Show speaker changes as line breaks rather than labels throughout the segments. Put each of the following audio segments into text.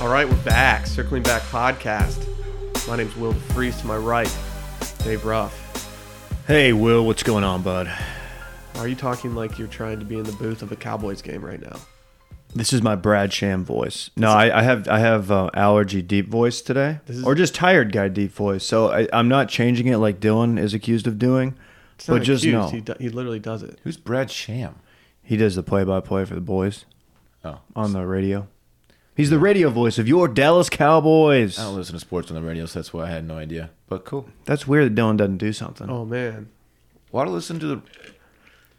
All right, we're back. Circling Back Podcast. My name's Will DeFreeze. To my right, Dave Ruff.
Hey, Will, what's going on, bud?
Are you talking like you're trying to be in the booth of a Cowboys game right now?
This is my Brad Sham voice. No, I, I have I have uh, allergy deep voice today,
is-
or just tired guy deep voice. So I, I'm not changing it like Dylan is accused of doing.
It's
But
not
just
accused.
know.
He, do- he literally does it.
Who's Brad Sham?
He does the play-by-play for the boys
Oh,
Uh,
on the radio. He's the radio voice of your Dallas Cowboys.
I don't listen to sports on the radio, so that's why I had no idea. But cool.
That's weird that Dylan doesn't do something.
Oh, man.
Why to listen to the?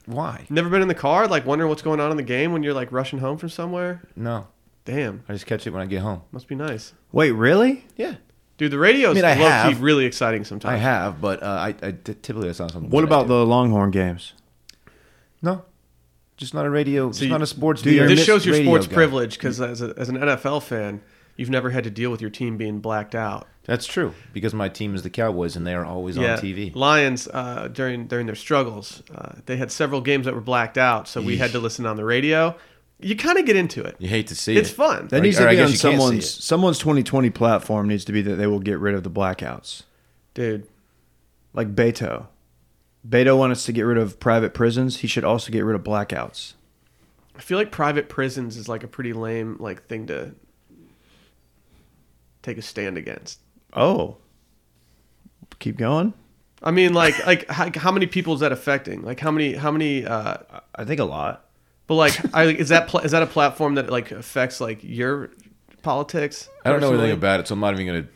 Why?
Never been in the car, like wondering what's going on in the game when you're like rushing home from somewhere?
No,
Damn,
I just catch it when I get home.
must be nice.
Wait, really?
Yeah,
Dude, the radio's
I mean, I
low-key
have.
really exciting
I
sometimes.
have, but uh, I, I t- typically that's not something.
What
that I
about
do.
the Longhorn games?
no? Just not a radio. just
you-
not a sports.
Dude,
deal.
This shows your
Radio
sports
guy.
privilege because as, a- as an NFL fan, you've never had to deal with your team being blacked out.
That's true because my team is the Cowboys, and they are always on TV.
Lions uh, during during their struggles, uh, they had several games that were blacked out, so we had to listen on the radio. You kind of get into it.
You hate to see
It's
it.
fun.
That
Or-
needs
or
to
I
be
guess
on
you can't see
someone's
it.
someone's 2020 platform. Needs to be that they will get rid of the blackouts.
Dude,
like Beto. Beto wants us to get rid of private prisons. He should also get rid of blackouts.
I feel like private prisons is like a pretty lame like thing to take a stand against.
Oh, keep going.
I mean, like like how, how many people is that affecting? Like how many how many? Uh,
I think a lot.
but like, I, is that pla- is that a platform that like affects like your politics?
I don't know
personally?
anything about it, so I'm not even gonna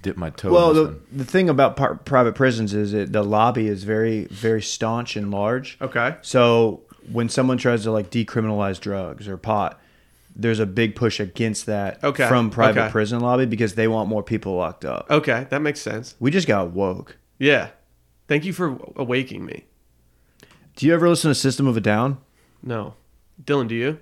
dip my toe.
Well,
in this
the, the thing about par- private prisons is it the lobby is very very staunch and large.
Okay.
So when someone tries to like decriminalize drugs or pot, there's a big push against that
Okay,
from private
okay.
prison lobby because they want more people locked up.
Okay, that makes sense.
We just got woke.
Yeah, thank you for awaking me.
Do you ever listen to System of a Down?
No. Dylan, do you?
one.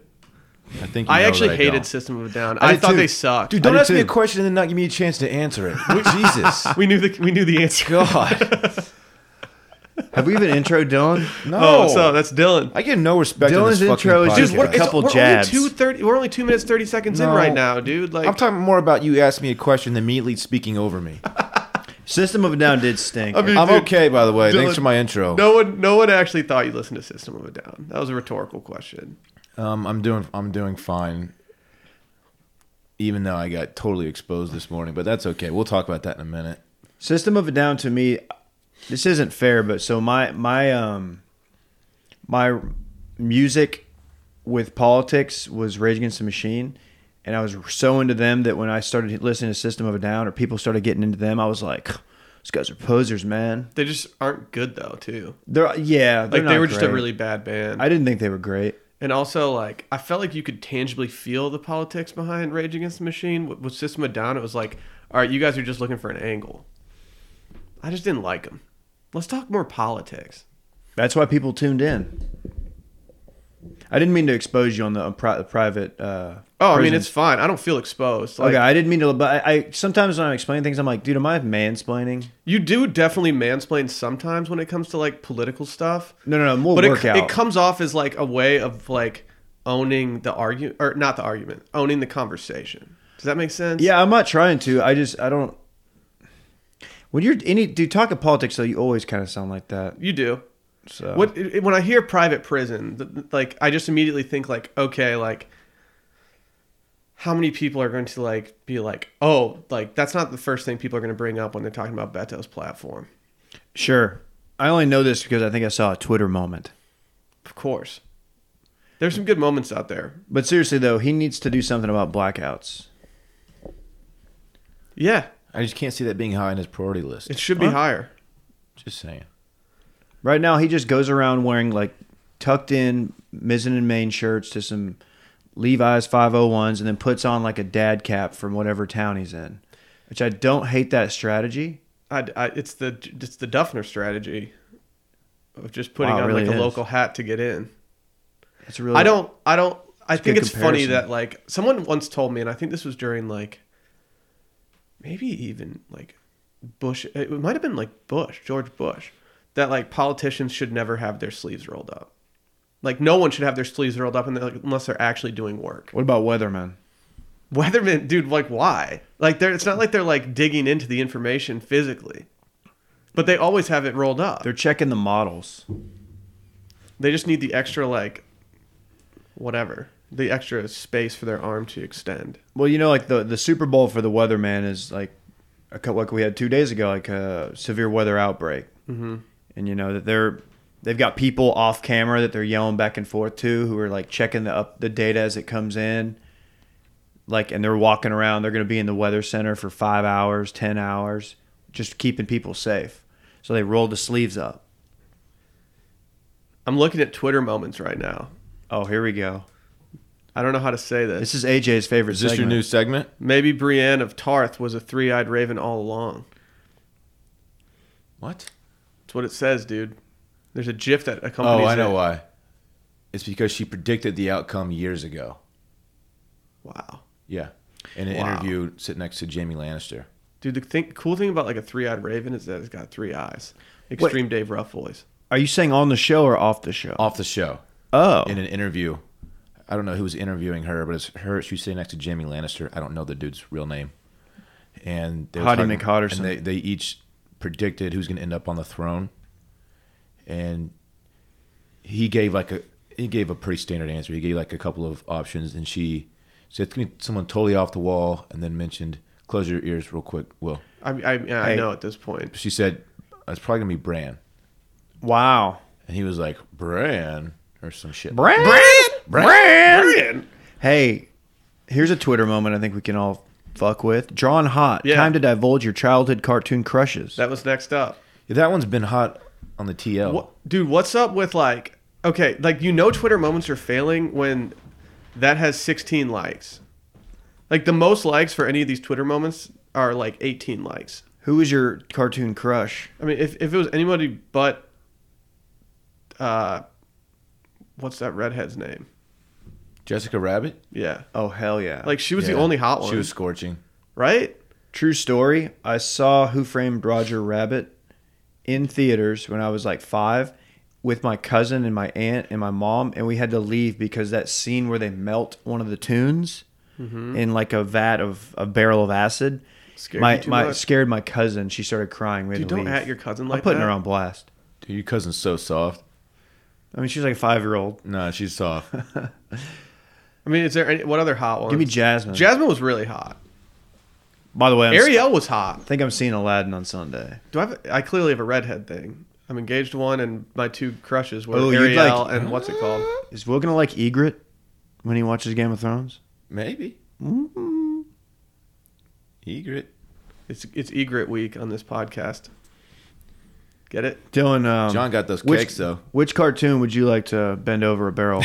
I think you
I
know
actually
that
hated
don't.
System of a Down. I,
did
thought
too.
they sucked.
Dude,
I
don't
did
ask me a
too.
question and then not give me a chance to answer it. Jesus.
we knew the we knew the answer.
God.
Have we even intro Dylan?
No.
Oh, so that's Dylan.
I get no respect. on
Dylan's
this fucking
intro is
podcast.
just
Dude, what,
a couple
we're
jabs.
Only two thirty. We're only two minutes thirty seconds in
No.
right now, dude. Like,
I'm talking more about you asking me a question than immediately speaking over me.
System of a Down did stink.
I mean,
I'm
dude,
okay, by the way.
Dylan-
Thanks for my intro.
No one, no one actually thought you listened to System of a Down. That was a rhetorical question.
Um, I'm doing I'm doing fine. Even though I got totally exposed this morning, but that's okay. We'll talk about that in a minute.
System of a Down to me, this isn't fair, but so my my um my music with politics was Rage Against the Machine, and I was so into them that when I started listening to System of a Down or people started getting into them, I was like, these guys are posers, man.
They just aren't good though, too.
They're yeah,
Like
they're
they
not
were just a
great.
really bad band.
I didn't think they were great.
and also, like, I felt like you could tangibly feel the politics behind Rage Against the Machine. With, with System of a Down, it was like, all right, you guys are just looking for an angle. I just didn't like them. Let's talk more politics.
That's why people tuned in. I didn't mean to expose you on the pri- private. Uh,
Oh, I mean,
prison
it's fine. I don't feel exposed. Like,
okay, I didn't mean to, but I, I sometimes when I explain things, I'm like, dude, am I mansplaining?
You do definitely mansplain sometimes when it comes to like political stuff.
No, no, no, we'll
but
work
it,
out.
it comes off as like a way of like owning the argument or not the argument, owning the conversation. Does that make sense?
Yeah, I'm not trying to. I just, I don't. When you're any dude talk of politics, though, you always kind of sound like that.
you do.
So
What it- it- when I hear private prison, th- th- like I just immediately think like, okay, like how many people are going to like be like, oh, like that's not the first thing people are going to bring up when they're talking about Beto's platform.
Sure, I only know this because I think I saw a Twitter moment.
Of course, there's some good moments out there.
But seriously, though, he needs to do something about blackouts.
Yeah,
I just can't see that being high on his priority list.
it should be
Huh?
higher.
Just saying.
Right now, he just goes around wearing like tucked in mizzen and main shirts to some Levi's 501s and then puts on like a dad cap from whatever town he's in, which I don't hate that strategy.
I, I- it's the it's the Duffner strategy of just putting
Wow, it
on
really
like a
is.
local hat to get in.
It's really
I don't I don't I think
good
it's funny
comparison.
that like someone once told me and I think this was during like maybe even like Bush it might have been like Bush, George Bush, that like politicians should never have their sleeves rolled up. Like no one should have their sleeves rolled up and they're, like, unless they're actually doing work.
What about weathermen?
Weatherman, dude, like why? Like they're it's not like they're like digging into the information physically. But they always have it rolled up.
They're checking the models.
They just need the extra like whatever. The extra space for their arm to extend.
Well, you know, like the the Super Bowl for the weatherman is like a cou- like we had two days ago, like a severe weather outbreak, mm-hmm. and you know that they're they've got people off camera that they're yelling back and forth to who are like checking the up the data as it comes in, like and they're walking around. They're going to be in the weather center for five hours, ten hours, just keeping people safe. So they rolled the sleeves up.
I'm looking at Twitter moments right now.
Oh, here we go.
I don't know how to say this.
This is AJ's favorite.
Is this
segment.
your new segment?
Maybe Brienne of Tarth was a three-eyed raven all along.
What?
That's what it says, dude. There's a GIF that accompanies.
Oh, I know
It.
why. It's because she predicted the outcome years ago.
Wow,
Yeah. In an
Wow.
interview sitting next to Jamie Lannister.
dude. The thing, cool thing about like a three-eyed raven is that it's got three eyes. Extreme Dave Ruff voice.
Are you saying on the show or off the show?
Off the show.
Oh,
In an interview. I don't know who was interviewing her, but it's her. She's sitting next to Jamie Lannister. I don't know the dude's real name. And they were
Hottie
talking-
McHotterson.
and They, they each predicted who's going to end up on the throne. And he gave like a he gave a pretty standard answer. He gave like a couple of options, and she said it's going to be someone totally off the wall, and then mentioned close your ears real quick. Will
I I, yeah, I
Hey.
know at this point.
she said it's probably going to be Bran.
wow.
And he was like, Bran or some shit.
Brand.
Brienne.
Hey, here's a Twitter moment I think we can all fuck with. Drawn hot.
Yeah.
Time to divulge your childhood cartoon crushes.
That was next up.
Yeah, that one's been hot on the TL.
What, dude? What's up with like? Okay, like you know, Twitter moments are failing when that has 16 likes. Like the most likes for any of these Twitter moments are like 18 likes.
Who was your cartoon crush?
I mean, if, if it was anybody but, uh, what's that redhead's name?
Jessica Rabbit?
Yeah,
Oh hell yeah.
like she was
Yeah.
the only hot one,
She was scorching.
right?
true story, I saw Who Framed Roger Rabbit in theaters when I was like 5 with my cousin and my aunt and my mom and we had to leave because that scene where they melt one of the tunes in like a vat of a barrel of acid
Mm-hmm. Scared
my
you too
my
much?
scared my cousin. She started crying. We had
Dude,
to
don't
leave.
at your cousin
I'm
like
putting
that.
her on blast.
Dude, your cousin's so soft.
I mean, she's like a five year old.
Nah, she's soft.
I mean, is there any what other hot ones?
Give me Jasmine.
Jasmine was really hot.
By the way, I'm
Ariel was hot.
I think I'm seeing Aladdin on Sunday.
Do I? Have, I clearly have a redhead thing. I'm engaged to one, and my two crushes were
Oh, you'd
Ariel
like-
and what's it called?
Is Will gonna like Egret when he watches Game of Thrones?
Maybe. Mm-hmm. Egret.
It's it's egret week on this podcast. Get it?
Dylan, um,
John got those
which,
cakes, though.
Which cartoon would you like to bend over a barrel?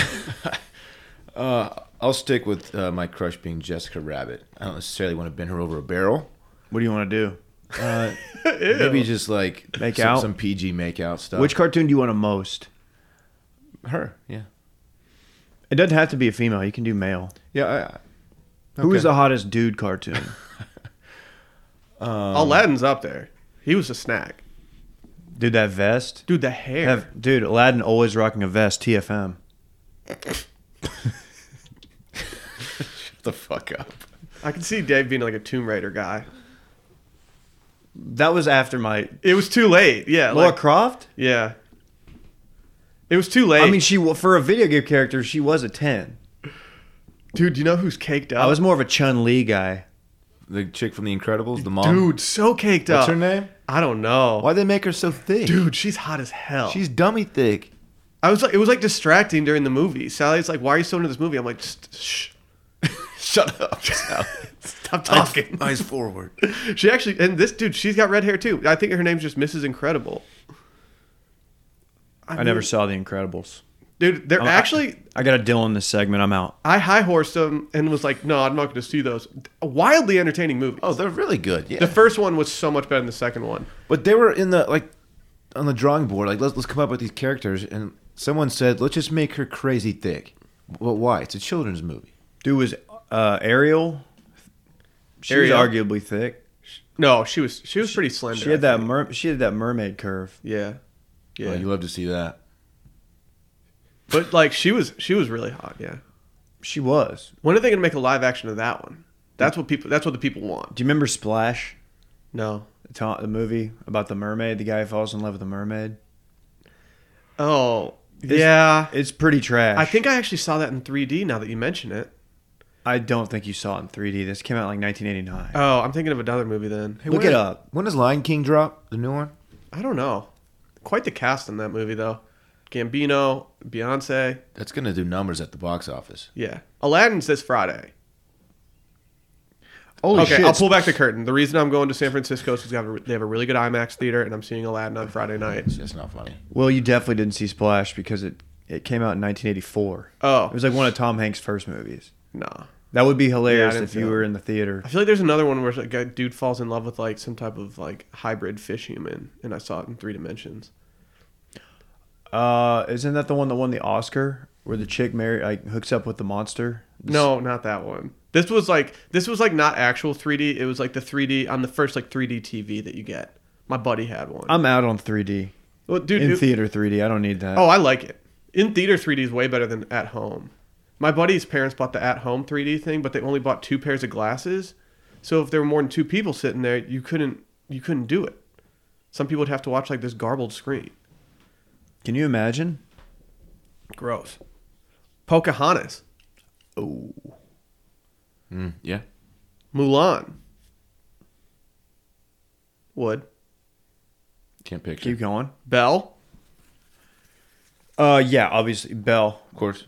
I'll stick with uh, my crush being Jessica Rabbit. I don't necessarily want to bend her over a barrel.
what do you want to do?
Uh, maybe just like
Make
some,
out?
some PG make out stuff.
Which cartoon do you want to most?
her? Yeah.
It doesn't have to be a female. You can do male.
Yeah. I- I,
Who is
okay.
the hottest dude cartoon? Um,
Aladdin's up there. He was a snack,
dude, that vest.
dude. The hair.
Have- dude, Aladdin always rocking a vest. TFM.
Shut the fuck up?
I can see Dave being like a Tomb Raider guy.
That was after my
It was too late. Yeah,
Laura
like,
Croft.
yeah. It was too late.
I mean, she wa- for a video game character, she was a ten.
dude, you know who's caked
Oh.
up?
I was more of a Chun Li guy.
The chick from The Incredibles, the mom.
dude, so caked
what's
up.
her name?
I don't know.
Why they make her so thick?
Dude, she's hot as hell.
she's dummy thick.
I was like, it was like distracting during the movie. Sally's like, "Why are you so into this movie?" I'm like, "Just shh,
Shut up.
stop talking."
Eyes forward.
She actually, and this dude, she's got red hair too. I think her name's just Mrs. Incredible.
I,
mean,
never saw The Incredibles.
dude. They're
Oh, I-
actually,
I got a deal on this segment. I'm out.
I high horsed them and was like, "No, I'm not going to see those." Wildly entertaining movies.
Oh, they're really good. Yeah.
The first one was so much better than the second one.
But they were in the like on the drawing board. Like let's let's come up with these characters, and someone said let's just make her crazy thick. Well, why? It's a children's movie.
Dude was uh, Ariel. She
Ariel?
was arguably thick.
No, she was she was pretty slender.
She had
I
that
think.
mer- she had that mermaid curve.
yeah, yeah.
Oh, you love to see that.
but like, she was she was really hot. Yeah.
She was.
When are they going to make a live action of that one? That's what people. That's what the people want.
Do you remember Splash?
No.
The, ta- the movie about the mermaid, the guy who falls in love with the mermaid.
Oh.
It's-
yeah.
It's pretty trash.
I think I actually saw that in 3D. Now that you mention it.
I don't think you saw it in 3D. This came out in like 1989.
Oh, I'm thinking of another movie then.
Hey,
Look
when-
it up.
When does Lion King drop? The new one?
I don't know. Quite the cast in that movie though. Gambino, Beyonce.
That's gonna do numbers at the box office.
Yeah. Aladdin's this Friday.
Holy
okay,
shit!
I'll pull back the curtain. The reason I'm going to San Francisco is because they have a really good IMAX theater, and I'm seeing Aladdin on Friday night.
It's just not funny.
Well, you definitely didn't see Splash because it it came out in 1984.
Oh
It was like one of Tom Hanks' first movies.
no!
That would be hilarious
didn't
if
see
you
that.
were in the theater.
I feel like there's another one where like, a dude falls in love with like some type of like hybrid fish human, and I saw it in three dimensions.
Uh, isn't that the one that won the Oscar, where the chick marry like hooks up with the monster?
No, not that one. This was like this was like not actual 3D. It was like the 3D on the first like 3D TV that you get. My buddy had one.
I'm out on 3D.
well, dude,
in
it-
theater 3D, I don't need that.
oh, I like it. In theater 3D is way better than at home. My buddy's parents bought the at home 3D thing, but they only bought two pairs of glasses. So if there were more than two people sitting there, you couldn't you couldn't do it. Some people would have to watch like this garbled screen.
Can you imagine?
Gross. Pocahontas,
Mm, yeah.
Mulan. Wood,
Can't picture.
Keep going.
Belle.
Uh, yeah, obviously Belle.
Of course.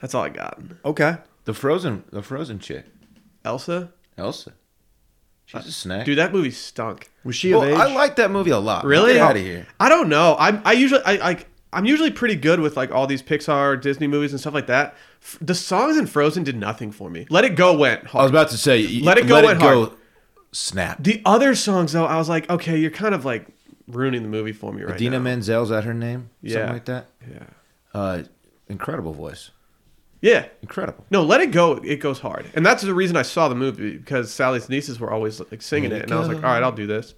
That's all I got.
Okay.
The frozen the frozen chick.
Elsa,
Elsa. She's a snack.
dude, that movie stunk.
Was she of
well,
age?
I like that movie a lot.
Really? Oh.
Get out of here.
I don't know. I'm I usually I like I'm usually pretty good with like all these Pixar, Disney movies and stuff like that. F- the songs in Frozen did nothing for me. Let It Go went
I was
hard.
about to say you-
Let It Go went hard.
Snap.
the other songs though, I was like, okay, you're kind of like ruining the movie for me right
Dina
now.
Menzel, is that her name?
Yeah.
Something like that.
yeah.
Uh, incredible voice.
Yeah.
Incredible.
No, Let It Go. It goes hard, and that's the reason I saw the movie because Sally's nieces were always like singing it,
Let it
and I was like, all
go.
right, I'll do this.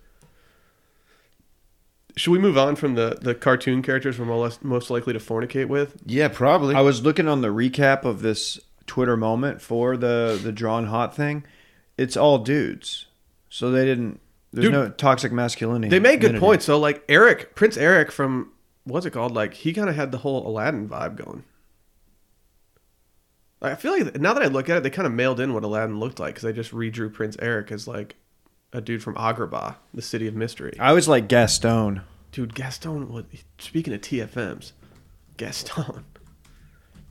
Should we move on from the the cartoon characters we're mo- less- most likely to fornicate with?
Yeah, probably.
I was looking on the recap of this Twitter moment for the the drawn hot thing. It's all dudes, so they didn't. There's
Dude,
no toxic masculinity.
They made good
identity.
points. So like Eric, Prince Eric from what's it called? Like he kind of had the whole Aladdin vibe going. Like, I feel like now that I look at it, they kind of mailed in what Aladdin looked like because they just redrew Prince Eric as like a dude from Agrabah, the city of mystery.
I was like Gaston.
Dude, Gaston. Was, speaking of TFMs, Gaston.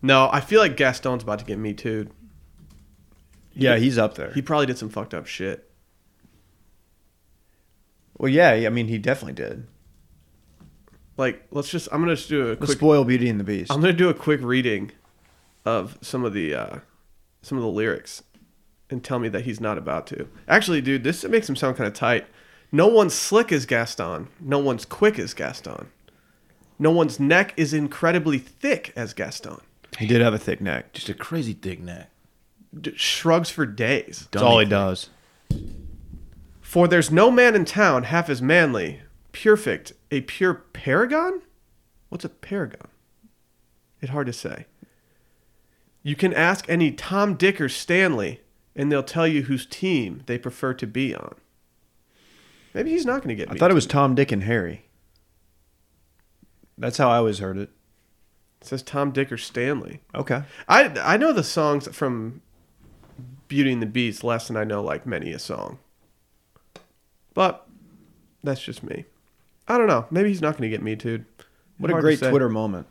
No, I feel like Gaston's about to get me too.
Yeah, he's up there.
He probably did some fucked up shit.
well, yeah, I mean, he definitely did.
Like, let's just. I'm gonna just do a
Let's
quick Um,
spoil Beauty and the Beast.
I'm gonna do a quick reading of some of the uh, some of the lyrics and tell me that he's not about to. Actually, dude, this makes him sound kind of tight. No one's slick as Gaston. No one's quick as Gaston. No one's neck is incredibly thick as Gaston.
he did have a thick neck.
Just a crazy thick neck.
D- shrugs for days.
That's all he does.
For there's no man in town half as manly, perfect, a pure paragon? What's a paragon? It's hard to say. You can ask any Tom, Dick, or Stanley, and they'll tell you whose team they prefer to be on. Maybe he's not going to get
I
me.
thought it was Tom, Dick, and Harry. That's how I always heard it.
It says Tom, Dick, or Stanley.
Okay.
I, I know the songs from Beauty and the Beast less than I know like many a song. But that's just me. I don't know. Maybe he's not going to get me too.
What a
Hard to
great
say.
Twitter moment.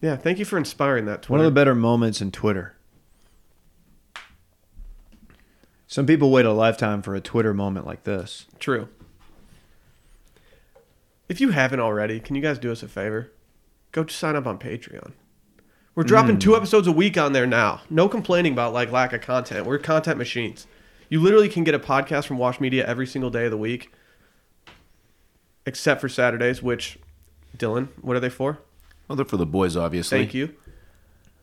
Yeah, thank you for inspiring that
One
Twitter.
of the better moments in Twitter. Some people wait a lifetime for a Twitter moment like this.
True. If you haven't already, can you guys do us a favor? Go to sign up on Patreon. We're dropping
Hmm.
two episodes a week on there now. No complaining about like lack of content. We're content machines. You literally can get a podcast from Wash Media every single day of the week, except for Saturdays. Which, Dylan, what are they for?
Well, they're for the boys, obviously.
Thank you.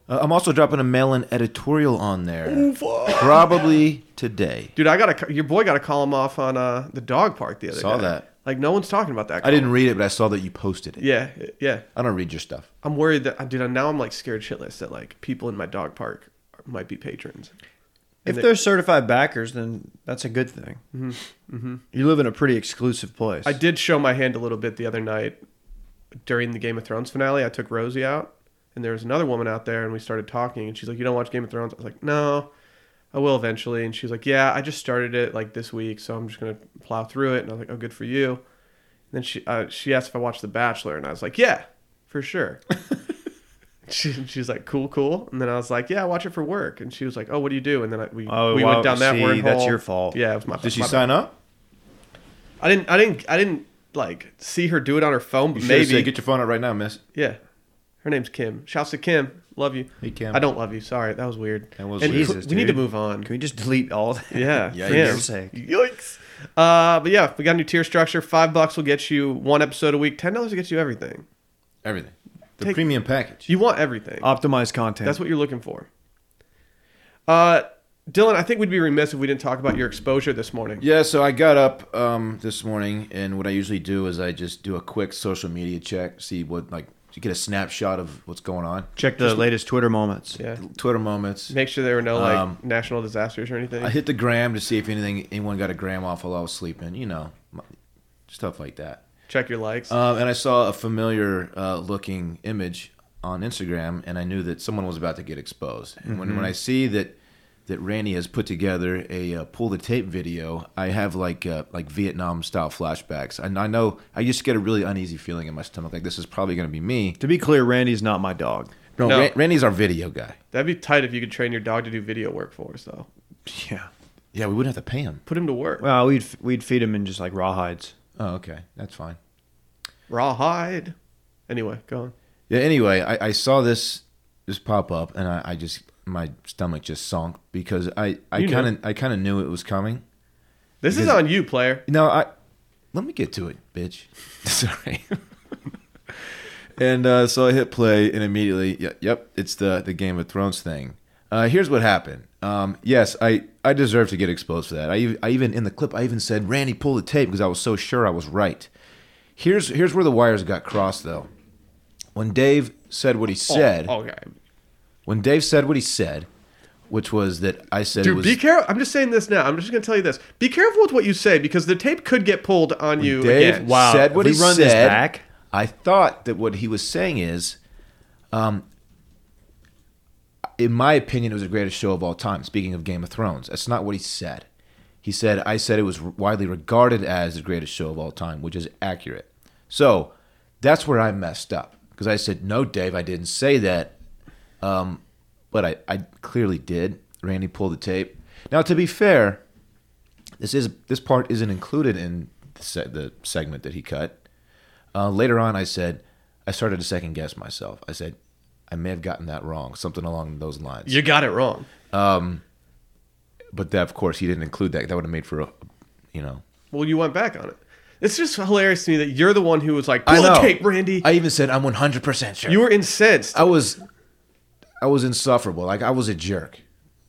Uh, I'm also dropping a mail-in editorial on there. Probably today.
Dude, I got a your boy got a column off on uh, the dog park the other
Saw
day.
that.
Like no one's talking about that.
I
column.
didn't read it, but I saw that you posted it.
Yeah, yeah.
I don't read your stuff.
I'm worried that dude. Now I'm like scared shitless that like people in my dog park might be patrons.
If
they-
they're certified backers, then that's a good thing. Mm-hmm. You live in a pretty exclusive place.
I did show my hand a little bit the other night during the Game of Thrones finale. I took Rosie out, and there was another woman out there, and we started talking. And she's like, "You don't watch Game of Thrones?" I was like, "No, I will eventually." And she's like, "Yeah, I just started it like this week, so I'm just gonna plow through it." And I was like, "Oh, good for you." And then she uh, she asked if I watched The Bachelor, and I was like, "Yeah, for sure." She, she's like, cool, cool. And then I was like, yeah, I watch it for work. And she was like, oh, what do you do? And then I, we,
Oh,
we
wow,
went down that
see,
wormhole.
that's your fault.
Yeah, it was my
Did she
my bad.
sign up?
I didn't. I didn't. I didn't like see her do it on her phone. But
You
maybe.
maybe said, get your phone out right now, miss.
yeah. Her name's Kim. Shouts to Kim. Love you.
Hey, Kim.
I don't love you. Sorry, that was weird.
That was
And
weird.
cou-
Jesus,
we need to
dude.
move on.
Can we just delete all that?
yeah.
Yeah,
Kim.
For your sake.
Yikes. Uh, but yeah, we got a new tier structure. Five bucks will get you one episode a week. Ten dollars will get you everything.
Everything. The
Take-
premium package.
You want everything.
Optimize content.
That's what you're looking for. Uh, Dylan, I think we'd be remiss if we didn't talk about your exposure this morning.
Yeah, so I got up um, this morning, and what I usually do is I just do a quick social media check, see what like to get a snapshot of what's going on.
Check the latest Twitter moments.
Yeah.
Twitter moments.
Make sure there were no like
Um,
national disasters or anything.
I hit the gram to see if anything anyone got a gram off while I was sleeping. You know, m- stuff like that.
Check your likes.
Um, and I saw a familiar uh, looking image on Instagram, and I knew that someone was about to get exposed. And when, when I see that that Randy has put together a uh, pull the tape video, I have like uh, like Vietnam style flashbacks, and I know I just get a really uneasy feeling in my stomach. Like this is probably going to be me.
To be clear, Randy's not my dog.
No,
No.
Ra- Randy's our video guy.
That'd be tight if you could train your dog to do video work for us, though.
Yeah.
Yeah, we wouldn't have to pay him.
Put him to work.
Well, we'd we'd feed him in just like rawhides.
Oh, okay, that's fine.
Rawhide. Anyway, go on.
Yeah. Anyway, I, I saw this this pop up, and I, I just my stomach just sunk because I I
You knew.
kind of I kind of knew it was coming.
This is
Because-
on you, player.
No, I let me get to it, bitch. Sorry. and uh, so I hit play, and immediately, y- yep, it's the the Game of Thrones thing. Uh, here's what happened. Um, yes, I I deserve to get exposed for that. I ev- I even in the clip I even said Randy pull the tape because I was so sure I was right. Here's here's where the wires got crossed though. When Dave said what he said,
Oh, okay.
when Dave said what he said, which was that I said it
Dude,
was
be careful. I'm just saying this now. I'm just going to tell you this. Be careful with what you say because the tape could get pulled on you
Dave
again.
Wow,
said
if
what
we
he
run
said.
this back-
I thought that what he was saying is, um, in my opinion, it was the greatest show of all time. Speaking of Game of Thrones, that's not what he said. He said, "I said it was widely regarded as the greatest show of all time," which is accurate. So that's where I messed up because I said, "No, Dave, I didn't say that," um, but I, I clearly did. Randy pulled the tape. Now, to be fair, this is this part isn't included in the, se- the segment that he cut. Uh, later on, I said I started to second guess myself. I said I may have gotten that wrong, something along those lines.
You got it wrong.
but that, of course, he didn't include that. That would have made for a, you know.
Well, you went back on it. It's just hilarious to me that you're the one who was like, pull the tape, Randy.
I even said I'm 100 percent sure.
you were incensed.
I was, I was insufferable. Like I was a jerk,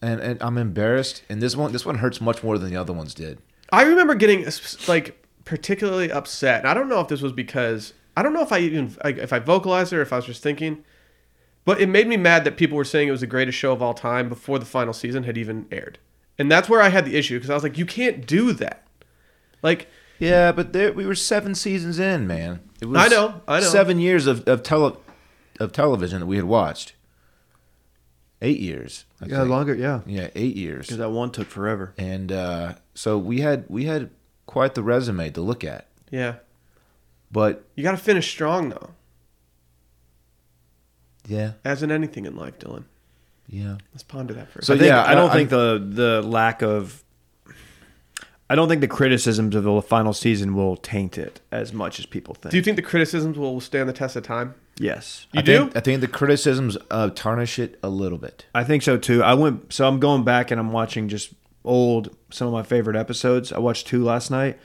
and and I'm embarrassed. And this one, this one hurts much more than the other ones did.
I remember getting like particularly upset. And I don't know if this was because I don't know if I even like, if I vocalized it or if I was just thinking, but it made me mad that people were saying it was the greatest show of all time before the final season had even aired, and that's where I had the issue because I was like, you can't do that. Like
Yeah, but there, we were seven seasons in, man. It was
I know, I know.
Seven years of of, tele, of television that we had watched. Eight years. I
Yeah,
think.
longer. Yeah,
Yeah, eight years.
because that one took forever.
And uh, so we had we had quite the resume to look at.
yeah,
But
you got to finish strong though,
yeah,
as in anything in life, Dylan.
yeah.
Let's ponder that for a so,
So-
I think,
yeah,
I don't
I-
think the the lack of I don't think the criticisms of the final season will taint it as much as people think.
Do you think the criticisms will stand the test of time?
yes.
You
I
do?
Think, I think the criticisms uh, tarnish it a little bit.
I think so too. I went so I'm going back and I'm watching just old some of my favorite episodes. I watched two last night.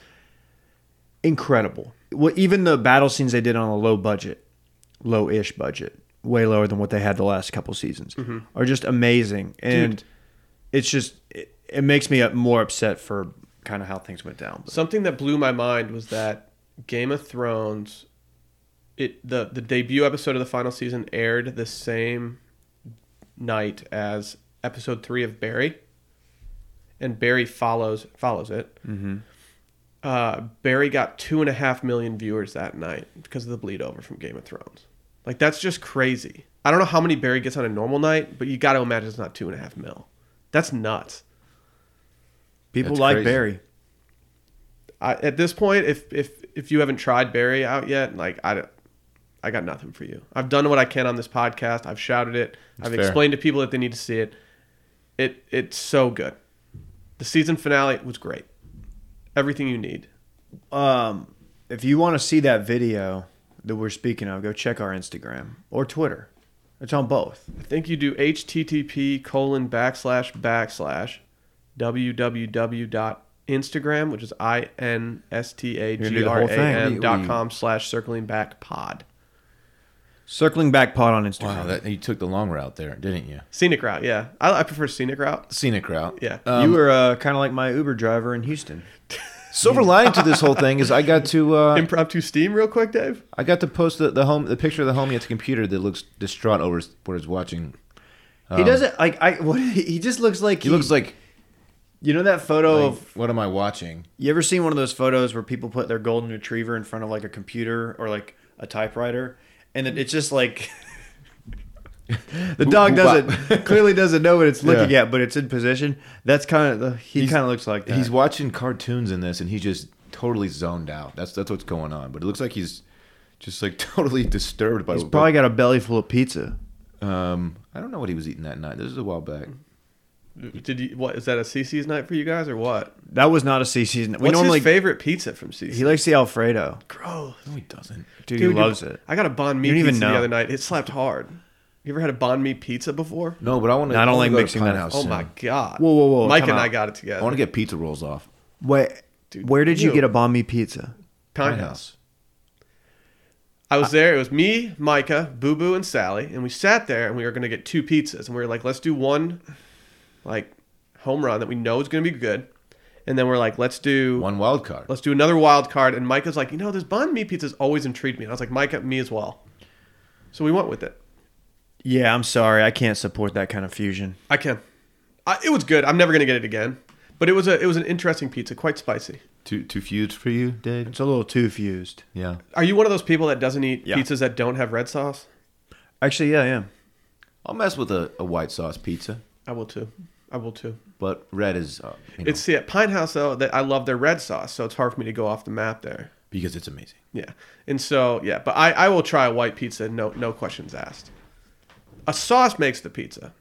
Incredible. Well, even the battle scenes they did on a low budget, low-ish budget, way lower than what they had the last couple seasons,
Mm-hmm.
are just amazing. And it's just it, it makes me up- more upset for kind of how things went down. But
Something that blew my mind was that Game of Thrones, it the the debut episode of the final season aired the same night as episode three of Barry, and Barry follows follows it. Uh, Barry got two and a half million viewers that night because of the bleed over from Game of Thrones. Like that's just crazy. I don't know how many Barry gets on a normal night, but you got to imagine it's not two and a half mil. That's nuts.
People
That's
like
crazy.
Barry.
I, at this point, if if if you haven't tried Barry out yet, like I, don't- I got nothing for you. I've done what I can on this podcast. I've shouted it.
That's
I've
fair.
explained to people that they need to see it. It it's so good. The season finale was great. Everything you need.
Um, if you want to see that video that we're speaking of, go check our Instagram or Twitter. It's on both.
I think you do http colon backslash backslash www dot Instagram, which is i n s t a
gonna do
g
the
r
whole
a
thing.
m dot
You-
com slash circling back pod
Circling back pod on Instagram.
Wow, that, you took the long route there, didn't you?
scenic route. Yeah, I, I prefer scenic route.
Scenic route.
Yeah.
Um,
you were uh, kind of like my Uber driver in Houston.
silver lining to this whole thing is I got to uh,
impromptu steam real quick, Dave?
I got to post the, the home the picture of the homie at the computer that looks distraught over his, what he's watching.
he doesn't like I. What Um, he just looks like.
He looks like,
You know that photo
like,
of.
what am I watching?
You ever seen one of those photos where people put their golden retriever in front of like a computer or like a typewriter, and it, it's just like. the dog
whoop-wop.
doesn't clearly doesn't know what it's looking
Yeah.
at, but it's in position. That's kind of he kind of looks like that.
He's watching cartoons in this, and he's just totally zoned out. That's that's what's going on. But it looks like he's just like totally disturbed by.
He's
what-
probably got a belly full of pizza.
um, I don't know what he was eating that night. This is a while back.
Did you what is that a CC's night for you guys or what?
That was not a C season. We
What's
normally
his favorite pizza from CC's?
he likes the Alfredo.
Gross.
No, he doesn't.
Dude,
Dude, he loves it.
I got a banh mi
You don't
pizza
even know.
the other night. It slapped hard. You ever had a banh mi pizza before?
No, but I want to.
No, I don't like
go to
mixing
Pine
that.
House
Oh
soon.
my god.
Whoa, whoa, whoa,
Mike
time
and I
out.
got it together.
I want to get pizza rolls off
Wait,
Dude,
where did you,
ew.
get a bomb me pizza?
Pine House. I was there. It was me, Micah, Boo Boo, and Sally, and we sat there and we were gonna get two pizzas, and we were like, let's do one, like, home run that we know is gonna be good, and then we're like, let's do
One wild card.
Let's do another wild card. And Micah's like, you know, this bond me pizza's always intrigued me. And I was like, Micah, me as well. So we went with it.
Yeah, I'm sorry, I can't support that kind of fusion.
I can. I, it was good. I'm never gonna get it again. But it was a it was an interesting pizza, quite spicy.
Too too feuds for you, Dave.
It's a little too fused.
Yeah.
Are you one of those people that doesn't eat
Yeah.
pizzas that don't have red sauce?
Actually, yeah, yeah.
I'll mess with a, a white sauce pizza,
I will too. I will too.
but red is uh, you know,
It's see at Pine House though that I love their red sauce, so it's hard for me to go off the map there.
because it's amazing.
Yeah. And so yeah, but I, I will try a white pizza, no no questions asked. A sauce makes the pizza.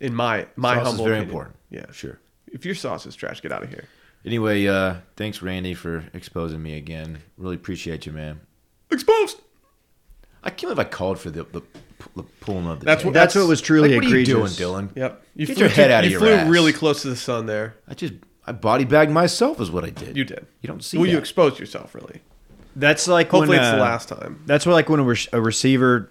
In my my
Sauce is
humble
very
opinion.
important.
Yeah.
Sure.
If your sauce is trash, get out of here.
Anyway, uh, thanks Randy for exposing me again. Really appreciate you, man.
Exposed.
I can't believe I called for the the, the pulling of the.
That's
day.
what-
That's what was truly
like, what are you doing,
egregious.
Dylan?
Yep. You
Get your head out of
You
your
flew
ass.
really close to the sun there.
I just I body bagged myself is what I did.
You did.
You don't see.
well, you
that.
exposed yourself really.
That's like
Hopefully,
when,
it's the
uh,
last time.
That's where like when a, re- a receiver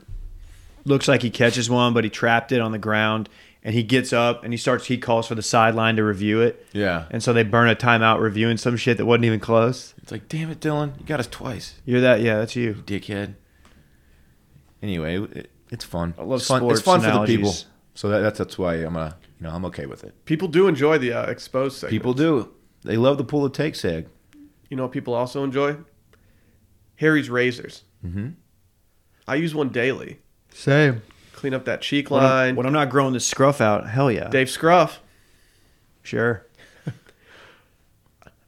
looks like he catches one, but he trapped it on the ground, and he gets up and he starts. He calls for the sideline to review it.
Yeah.
And so they burn a timeout reviewing some shit that wasn't even close.
It's like, damn it, Dylan, you got us twice,
You're that, yeah, that's you.
you dickhead. Anyway, it, it's fun.
I love
it's fun.
sports
It's fun for the people.
analogies.
So that, that's that's why I'm a you know I'm okay with it.
People do enjoy the uh, exposed segment.
People do. They love the pull of takes egg.
You know what people also enjoy? Harry's razors. Mm-hmm. I use one daily.
Same.
Clean up that cheek
When I'm,
line.
when I'm not growing this scruff out, hell yeah,
Dave Scruff.
sure.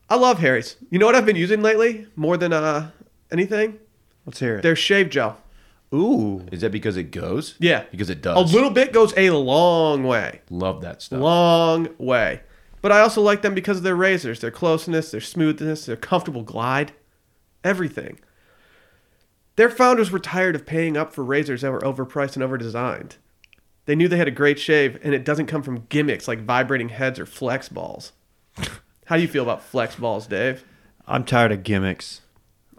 I love Harry's. You know what I've been using lately more than uh, anything?
Let's hear it.
Their shave gel.
Ooh,
Is that because it goes?
Yeah.
Because it
A
does.
little bit goes a long way.
love that stuff.
long way. But I also like them because of their razors, their closeness, their smoothness, their comfortable glide, everything. Their founders were tired of paying up for razors that were overpriced and overdesigned. They knew they had a great shave, and it doesn't come from gimmicks like vibrating heads or flex balls. How do you feel about flex balls, Dave?
I'm tired of gimmicks.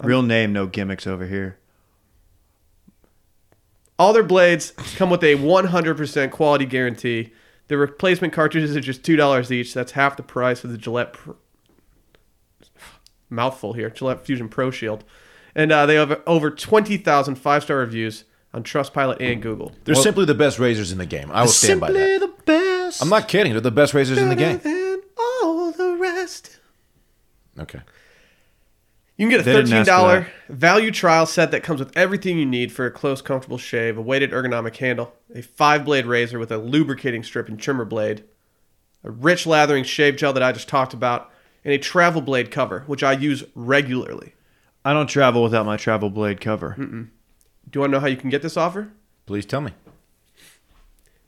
Real name, no gimmicks over here.
All their blades come with a 100% quality guarantee. The replacement cartridges are just $2 each. That's half the price of the Gillette Pr- mouthful here, Gillette Fusion Pro Shield. And uh, they have over 20,000 five-star reviews on Trustpilot and Google.
They're simply the best razors in the game. I will stand by
Simply
that.
the best.
I'm not kidding. They're the best razors in the game.
Better than
Okay.
You can get a
They didn't
thirteen
ask for
dollar value trial set that comes with everything you need for a close, comfortable shave: a weighted ergonomic handle, a five blade razor with a lubricating strip and trimmer blade, a rich lathering shave gel that I just talked about, and a travel blade cover, which I use regularly.
I don't travel without my travel blade cover.
Do you want to know how you can get this offer?
Please tell me.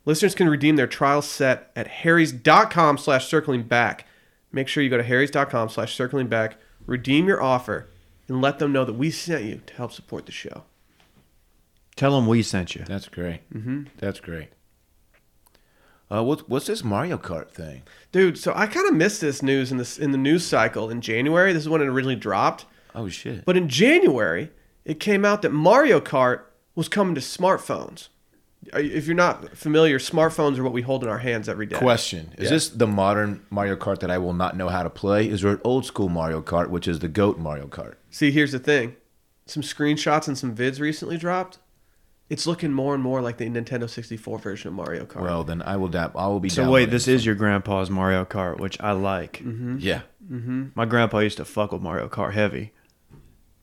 Listeners can redeem their trial set at harrys.com slash circling back. Make sure you go to harrys.com slash circling back, redeem your offer, and let them know that we sent you to help support the show.
Tell them we sent you.
That's great. Mm-hmm. That's great. Uh, what, what's this Mario Kart thing?
Dude, so I kind of missed this news in this in the news cycle in January. This is when it originally dropped.
Oh shit!
But in January, it came out that Mario Kart was coming to smartphones. Are you- If you're not familiar, smartphones are what we hold in our hands every day.
Question: Is this the modern Mario Kart that I will not know how to play? Is there an old school Mario Kart, which is the goat Mario Kart?
See, here's the thing. Some screenshots and some vids recently dropped. It's looking more and more like the Nintendo 64 version of Mario Kart.
Well, then I will dap. I will be.
So
down
wait,
with
this is your grandpa's Mario Kart, which I like.
it. yeah.
My grandpa used to fuck with Mario Kart heavy.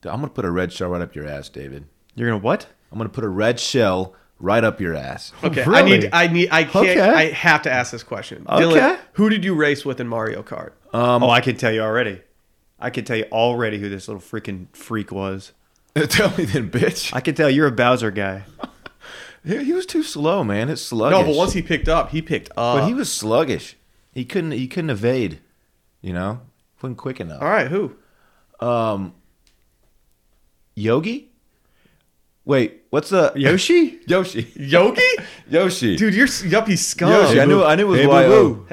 I'm gonna put a red shell right up your ass, David.
You're gonna what?
I'm gonna put a red shell right up your ass.
okay, I
really?
need I need I can't
Okay.
I have to ask this question. Dylan,
Okay.
who did you race with in Mario Kart?
Um,
oh, I can tell you already. I can tell you already who this little freaking freak was.
Tell me then, bitch.
I can tell you're a Bowser guy.
He he was too slow, man. It's sluggish.
No, but once he picked up, he picked up.
Uh.
But he was sluggish. He couldn't. He couldn't evade. You know, wasn't quick enough.
All right, who?
Yogi. Wait, what's the
Yoshi?
Yoshi?
Yogi?
Yoshi.
Dude, you're s- yuppie scum.
Yoshi. I
Hey,
knew.
boo.
I knew it was
Hey, boo,
YO.
boo.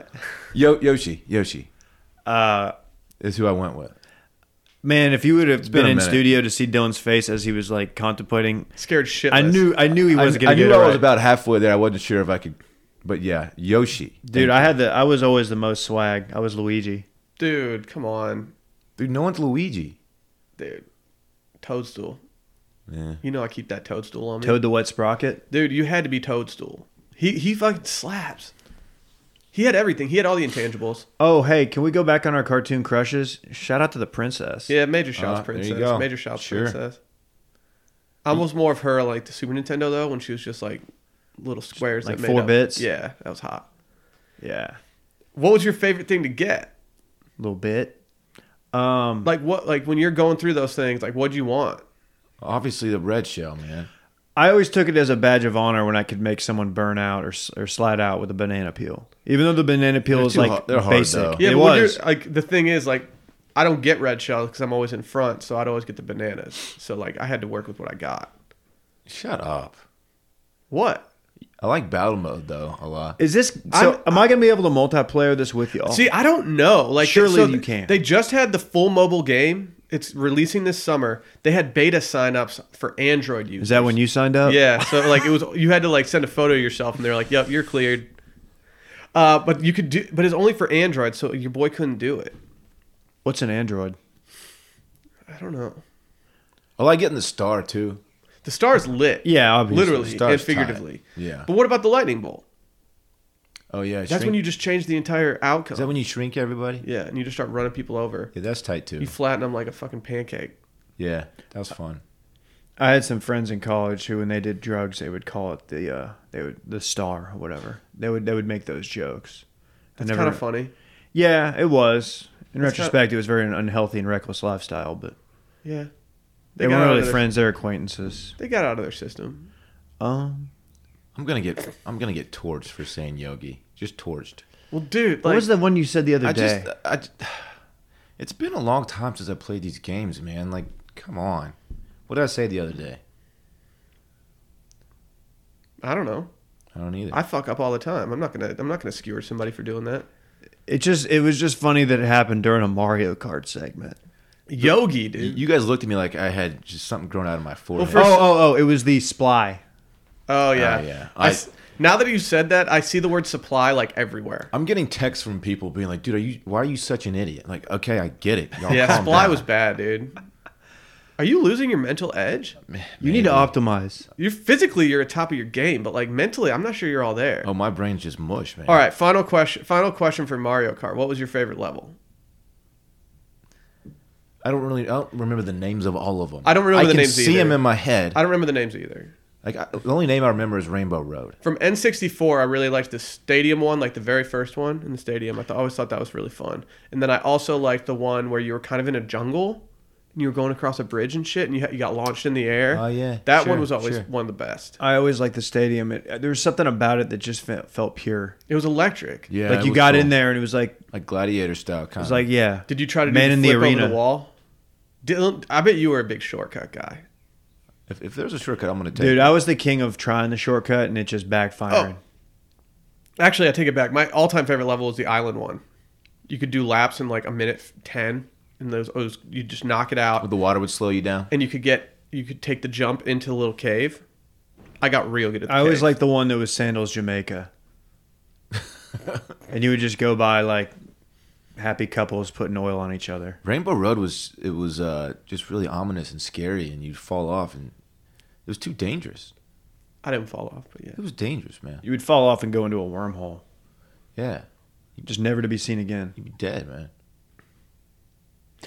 Yo, Yoshi. Yoshi
Uh,
is who I went with.
man, if you would have
been
been,
a
in
minute.
studio to see Dylan's face as he was like contemplating,
Scared shitless.
I knew, I knew he
I,
wasn't
I
gonna
knew
get it
I was
right.
about halfway there. I wasn't sure if I could. But yeah, Yoshi.
Dude, I had the, I was always the most swag. I was Luigi.
Dude, come on.
Dude, no one's Luigi.
Dude. Toadstool.
Yeah.
You know I keep that toadstool on me.
Toad the wet sprocket.
Dude, you had to be Toadstool. He he fucking slaps. He had everything. He had all the intangibles.
Oh, hey, can we go back on our cartoon crushes? Shout out to the princess.
Yeah, Major Shouts
Uh, there you
Princess.
go.
Major Shouts
Sure.
Princess. I was more of her like the Super Nintendo though, when she was just like little squares
Like
that made
four
up-
bits?
Yeah, that was hot.
Yeah.
What was your favorite thing to get?
little bit. Um,
Like what? Like when you're going through those things, like what do you want?
Obviously, the red shell, man.
I always took it as a badge of honor when I could make someone burn out or, s- or slide out with a banana peel. Even though the banana peel
They're
is
too
like
hard- they're hard,
basic,
though.
Yeah,
it
but when you're-
was.
like the thing is like I don't get red shell because I'm always in front, so I'd always get the bananas. So like I had to work with what I got.
Shut up.
What?
I like battle mode though a lot.
Is this so? am I gonna be able to multiplayer this with y'all?
Oh. See, I don't know. Like,
Surely
so
you can.
They just had the full mobile game. It's releasing this summer. They had beta signups for Android users.
is that when you signed up?
Yeah. So like, it was you had to like send a photo of yourself, and they're like, "Yep, you're cleared." Uh, but you could do, but it's only for Android, so your boy couldn't do it.
What's an Android?
I don't know.
I like getting the star too.
The star's lit.
Yeah, obviously.
literally and
Star's
figuratively.
tight. Yeah.
But what about the lightning bolt?
Oh yeah,
That's when you just change the entire outcome.
Is that when you shrink everybody?
yeah, and you just start running people over.
Yeah, that's tight too.
You flatten them like a fucking pancake.
Yeah, that was fun.
I had some friends in college who, when they did drugs, they would call it the uh, they would the star or whatever. They would they would make those jokes. I
That's
never-
kind of funny.
Yeah, it was. In
That's kinda-
retrospect, it was very an unhealthy and reckless lifestyle, but
Yeah.
they,
got out
weren't
of
really
their-
friends; they're acquaintances.
They got out of their system.
Um,
I'm gonna get I'm gonna get torched for saying yogi. Just torched.
Well, dude,
what
like,
was the one you said the other
I
day?
just I j- It's been a long time since I played these games, man. Like, come on. What did I say the other day?
I don't know.
I don't either.
I fuck up all the time. I'm not gonna. I'm not gonna skewer somebody for doing that.
It just it was just funny that it happened during a Mario Kart segment.
Yogi,
You-
dude.
you guys looked at me like I had just something growing out of my forehead.
First-
oh, oh, oh, it was the Sply.
Oh yeah,
yeah.
I s now that you said that, I see the word supply like everywhere.
I'm getting texts from people being like, "Dude, are you? Why are you such an idiot?" Like, okay, I get it. Y'all
yeah,
Oh, calm
supply
down.
was bad, dude. Are you losing your mental edge?
You need to optimize.
You're physically you're at top of your game, but like mentally, I'm not sure you're all there.
Oh, my brain's just mush, man.
All right, final question. Final question for Mario Kart. What was your favorite level?
I don't really I don't remember the names of all of them.
I don't remember
I
the
can
names
see them
either.
in my head.
I don't remember the names either.
Like I, the only name I remember is Rainbow Road.
From N64, I really liked the stadium one, like the very first one in the stadium. I th- always thought that was really fun. And then I also liked the one where you were kind of in a jungle and you were going across a bridge and shit, and you ha- you got launched in the air.
Oh, yeah.
that one
Sure,
was always
sure.
one of the best.
I always liked the stadium. It, there was something about it that just felt, felt pure.
It was electric.
Yeah,
like
it
you
was
got
cool. Uh-huh.
in there and it was like
like gladiator style kind
it was
of
like yeah.
Did you try to
Man
do
in
the
the
flip over
arena.
the wall? Dylan, I bet you were a big shortcut guy.
if, if there's a shortcut I'm gonna take
Dude,
it. Oh,
I was the king of trying the shortcut and it just backfiring.
Actually, I take it back. My all-time favorite level was the island one. You could do laps in like a minute f- ten, and those, those you just knock it out,
the water would slow you down.
and you could get you could take the jump into the little cave. I got real good at. The
I always
caves.
liked the one that was Sandals Jamaica. and you would just go by like happy couples putting oil on each other.
Rainbow Road was it was uh, just really ominous and scary, and you'd fall off, and it was too dangerous.
I didn't fall off, but yeah.
It was dangerous, man.
You would fall off and go into a wormhole,
Yeah,
just never to be seen again.
you'd be dead, man.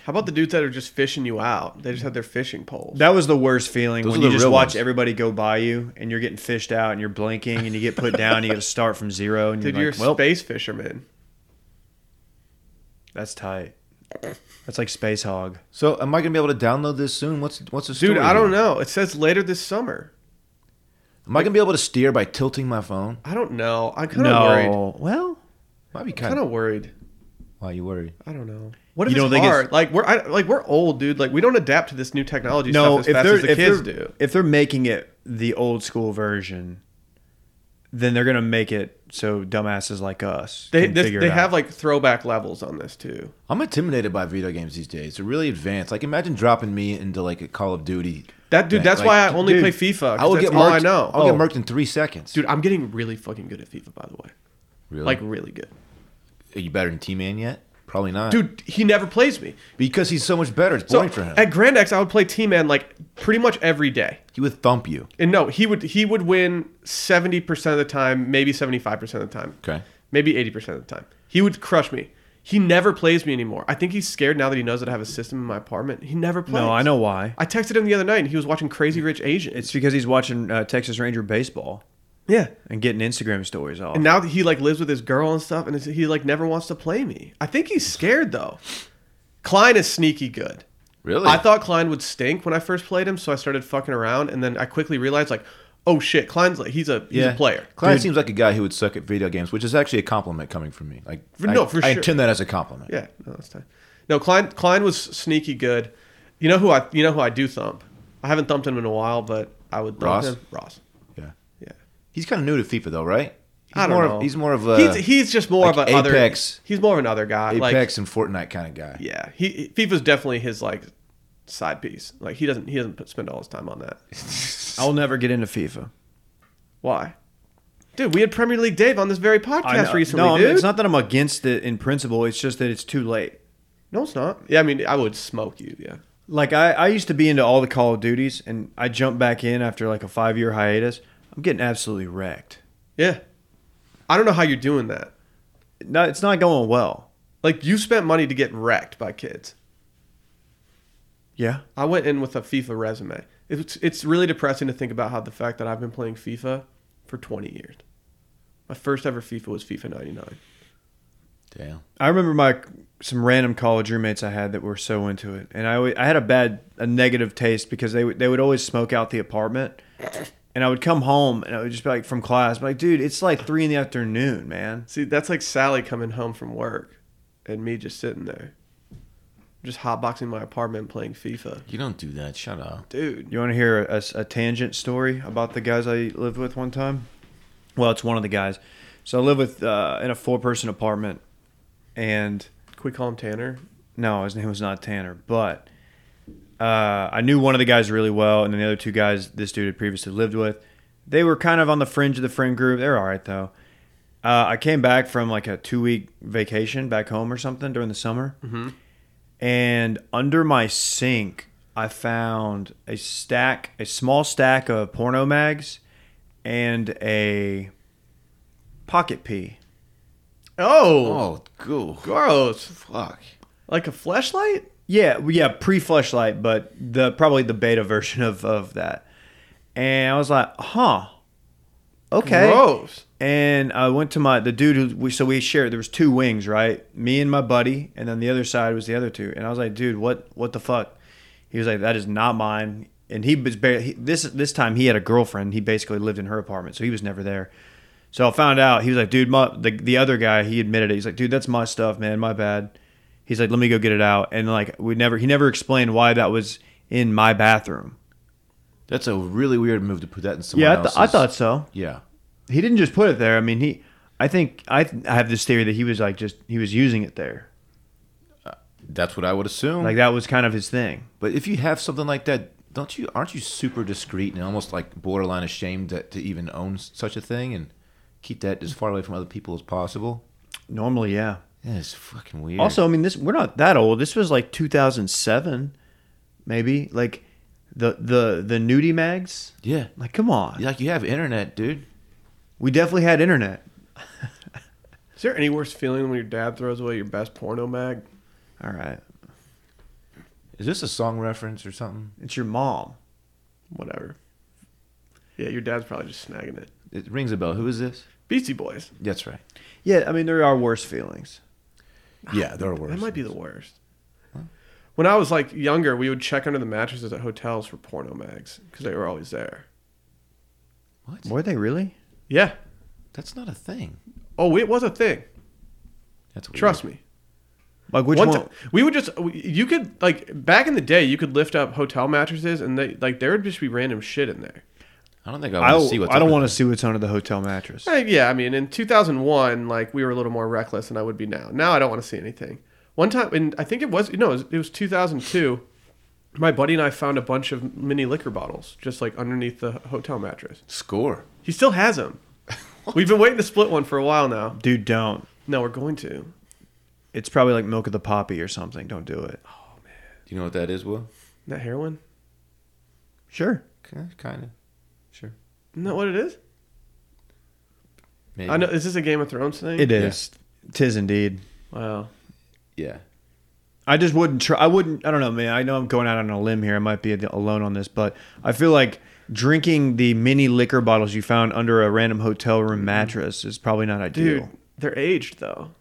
How about the dudes that are just fishing you out? They just had their fishing poles.
That was the worst feeling
Those
when
are
you
the
just
real
watch
ones.
everybody go by you and you're getting fished out and you're blinking and you get put down. and you got to start from zero and you're
Dude, you're
like, well,
a space fisherman.
that's tight. That's like Space Hog.
So, am I gonna be able to download this soon? What's what's the story?
Dude, I don't
here?
know. It says later this summer.
Am I gonna be able to steer by tilting my phone?
I don't know. I'm kind of
No,
worried.
well,
Might be kind
Kind
of.
of worried.
Why you worried?
I don't know. What if
You
it's
don't think it's-
hard? like we're I, like we're old, dude. Like we don't adapt to this new technology stuff
no.
as
If
fast
they're
as the
if
kids
they're
do.
if they're making it the old school version, then they're gonna make it so dumbasses like us
They
can
this,
figure
they
it
have
out.
like throwback levels on this too.
I'm intimidated by video games these days. They're really advanced. Like, imagine dropping me into like a Call of Duty.
That dude.
thing.
That's
Like,
why I only
dude,
play FIFA.
I will
I that's
get
all
murked.
I know.
I'll
Oh.
get murked in three seconds,
Dude, I'm getting really fucking good at FIFA, by the way.
Really?
Like really good.
Are you better than T Man yet? Probably not.
Dude, he never plays me.
because he's so much better. It's
So
boring for him.
at Grand X, I would play T Man like pretty much every day.
he would thump you.
And no, he would he would win seventy percent of the time, maybe seventy five percent of the time.
Okay.
Maybe eighty percent of the time. He would crush me. He never plays me anymore. I think he's scared now that he knows that I have a system in my apartment. He never plays.
no, I know why.
I texted him the other night and he was watching Crazy Rich Asians.
It's because he's watching uh, Texas Ranger baseball
yeah.
and getting Instagram stories off.
And now that he like lives with his girl and stuff, and it's- he like never wants to play me. I think he's scared though. Klein is sneaky good.
Really?
I thought Klein would stink when I first played him, so I started fucking around, and then I quickly realized like, oh shit, Klein's like he's a he's a player.
Klein seems like a guy who would suck at video games, which is actually a compliment coming from me. Like,
For- no,
I,
for
I
sure.
intend that as a compliment.
Yeah, no, that's time. No, Klein Klein was sneaky good. You know who I you know who I do thump. I haven't thumped him in a while, but I would thump
Ross?
him. Ross.
Yeah.
Yeah.
He's kind of new to FIFA though, right? He's
I don't
more
know.
Of, he's more of a
he's, he's just more
like
of an
Apex.
other. He's more of another guy.
Apex
Like
and Fortnite kind of guy.
yeah, he FIFA's definitely his like side piece. Like he doesn't he doesn't put, spend all his time on that.
I'll never get into FIFA.
Why? Dude, we had Premier League Dave on this very
I
podcast
know-
recently,
no, I'm-
dude.
it's not that I'm against it in principle. It's just that it's too late.
no, it's not. Yeah, I mean, I would smoke you. Yeah.
Like I, I used to be into all the Call of Duties, and I jumped back in after like a five year hiatus. I'm getting absolutely wrecked.
Yeah. I don't know how you're doing that.
No, it's not going well.
Like you spent money to get wrecked by kids.
Yeah,
I went in with a FIFA resume. It's it's really depressing to think about how the fact that I've been playing FIFA for 20 years. My first ever FIFA was FIFA 99.
Damn.
I remember my some random college roommates I had that were so into it, and I always, I had a bad a negative taste because they would they would always smoke out the apartment, and I would come home and I would just be like from class, like dude, it's like three in the afternoon, man.
See, that's like Sally coming home from work and me just sitting there. Just hotboxing my apartment playing FIFA.
You don't do that. Shut up.
Dude,
You want to hear a, a tangent story about the guys I lived with one time? Well, it's one of the guys. So I live with uh, in a four person apartment, and
can we call him Tanner?
No, his name was not Tanner, but uh, I knew one of the guys really well, and then the other two guys this dude had previously lived with. They were kind of on the fringe of the friend group. They're all right though. Uh, I came back from like a two week vacation back home or something during the summer, and under my sink I found a stack, a small stack of porno mags, and a pocket pee.
Oh,
Oh, cool.
gross.
Fuck.
Like a flashlight?
Yeah, well, yeah, pre fleshlight, but the probably the beta version of of that. And I was like, huh, okay.
Gross.
And I went to my the dude who we so we shared there was two wings, right? Me and my buddy, and then the other side was the other two. And I was like, dude, what what the fuck? He was like, that is not mine. And he was barely, he, this this time he had a girlfriend. He basically lived in her apartment, so he was never there. So I found out he was like, dude, my, the the other guy he admitted it. He's like, dude, that's my stuff, man, my bad. He's like, let me go get it out. And like we never he never explained why that was in my bathroom.
That's a really weird move to put that in someone
Yeah, I, th-
else's.
I thought so.
Yeah.
he didn't just put it there. I mean, he. I think I, th- I have this theory that he was like just he was using it there.
That's what I would assume.
Like that was kind of his thing.
But if you have something like that, don't you aren't you super discreet and almost like borderline ashamed that, to even own s- such a thing and keep that as far away from other people as possible?
Normally, yeah.
Yeah, it's fucking weird.
Also, I mean, this we're not that old. This was like 2007, maybe. Like the the the nudie mags.
yeah,
Like, come on.
like you have internet, dude.
We definitely had internet.
Is there any worse feeling than when your dad throws away your best porno mag?
All right,
Is this a song reference or something?
it's your mom.
Whatever. Yeah, your dad's probably just snagging it.
It rings a bell. Who is this?
Beastie Boys.
That's right.
Yeah, I mean, there are worse feelings.
Yeah, there are worse.
That might be the worst. When I was like younger, we would check under the mattresses at hotels for porno mags because they were always there.
what?
Were they really?
Yeah.
That's not a thing.
Oh, it was a thing.
That's weird.
Trust me.
Like which
one
one?
ti- we would just you could like back in the day you could lift up hotel mattresses and they like there would just be random shit in there.
I don't think I
I,
want to see what's.
I don't want
to.
to see what's under the hotel mattress.
Uh, yeah, I mean, in 2001, like we were a little more reckless than I would be now. Now I don't want to see anything. One time, and I think it was no, it was, it was 2002. My buddy and I found a bunch of mini liquor bottles just like underneath the hotel mattress.
Score.
He still has them. We've been waiting to split one for a while now.
Dude, don't.
No, we're going to.
It's probably like milk of the poppy or something. Don't do it.
Do you know what that is, Will?
Isn't that heroin?
Sure.
Kind of. Sure.
Isn't that what it is?
Maybe.
I know. Is this a Game of Thrones thing?
It
Yeah.
is. Tis indeed.
Wow.
Yeah.
I just wouldn't try. I wouldn't. I don't know, man. I know I'm going out on a limb here. I might be the- alone on this, but I feel like drinking the mini liquor bottles you found under a random hotel room
Mm-hmm.
mattress is probably not
Dude,
ideal.
they're aged though.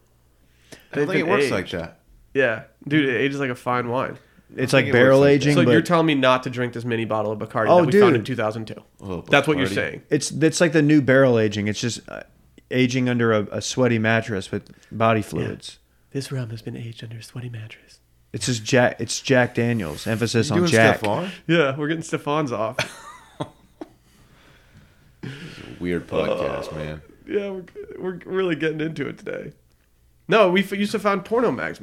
I don't
They've
think it
been
works
aged.
like that.
Yeah, dude, it ages like a fine wine.
it's
I think
like
it
barrel
works like
aging,
So
but
you're telling me not to drink this mini bottle of Bacardi
Oh,
that we found in
dude.
2002.
Oh,
That's what you're
Bacardi.
saying.
it's that's like the new barrel aging. It's just uh, aging under a, a sweaty mattress with body fluids.
This rum has been aged under a sweaty mattress.
It's just Jack. It's Jack Daniels. Emphasis
You
on
doing
Jack.
stuff on?
Yeah, we're getting Stefan's off.
Weird podcast, man.
yeah, we're, we're really getting into it today. No, we f- used to find porno mags.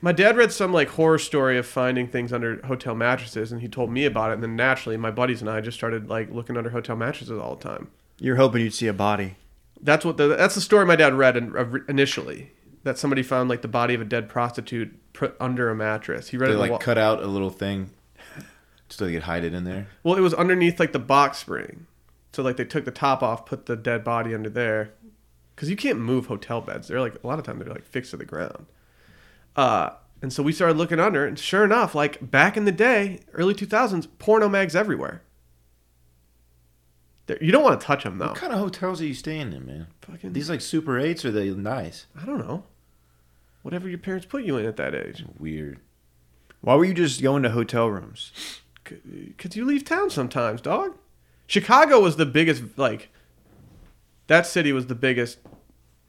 My dad read some like horror story of finding things under hotel mattresses, and he told me about it. And then naturally, my buddies and I just started like looking under hotel mattresses all the time.
You're hoping you'd see a body.
That's what the, that's the story my dad read in, of- initially. That somebody found like the body of a dead prostitute put under a mattress. He read
They
it in the
like
wa-
cut out a little thing so they could hide it in there.
Well, it was underneath like the box spring. So like they took the top off, put the dead body under there. Cuz you can't move hotel beds. They're like a lot of times they're like fixed to the ground. Uh and so we started looking under and sure enough, like back in the day, early 2000s, porno mags everywhere. There, you don't want to touch them though.
What kind of hotels are you staying in, man?
Fucking,
These like super eights or they nice?
I don't know. Whatever your parents put you in at that age.
Weird.
Why were you just going to hotel rooms?
Could, could you leave town sometimes, dog? Chicago was the biggest, like, that city was the biggest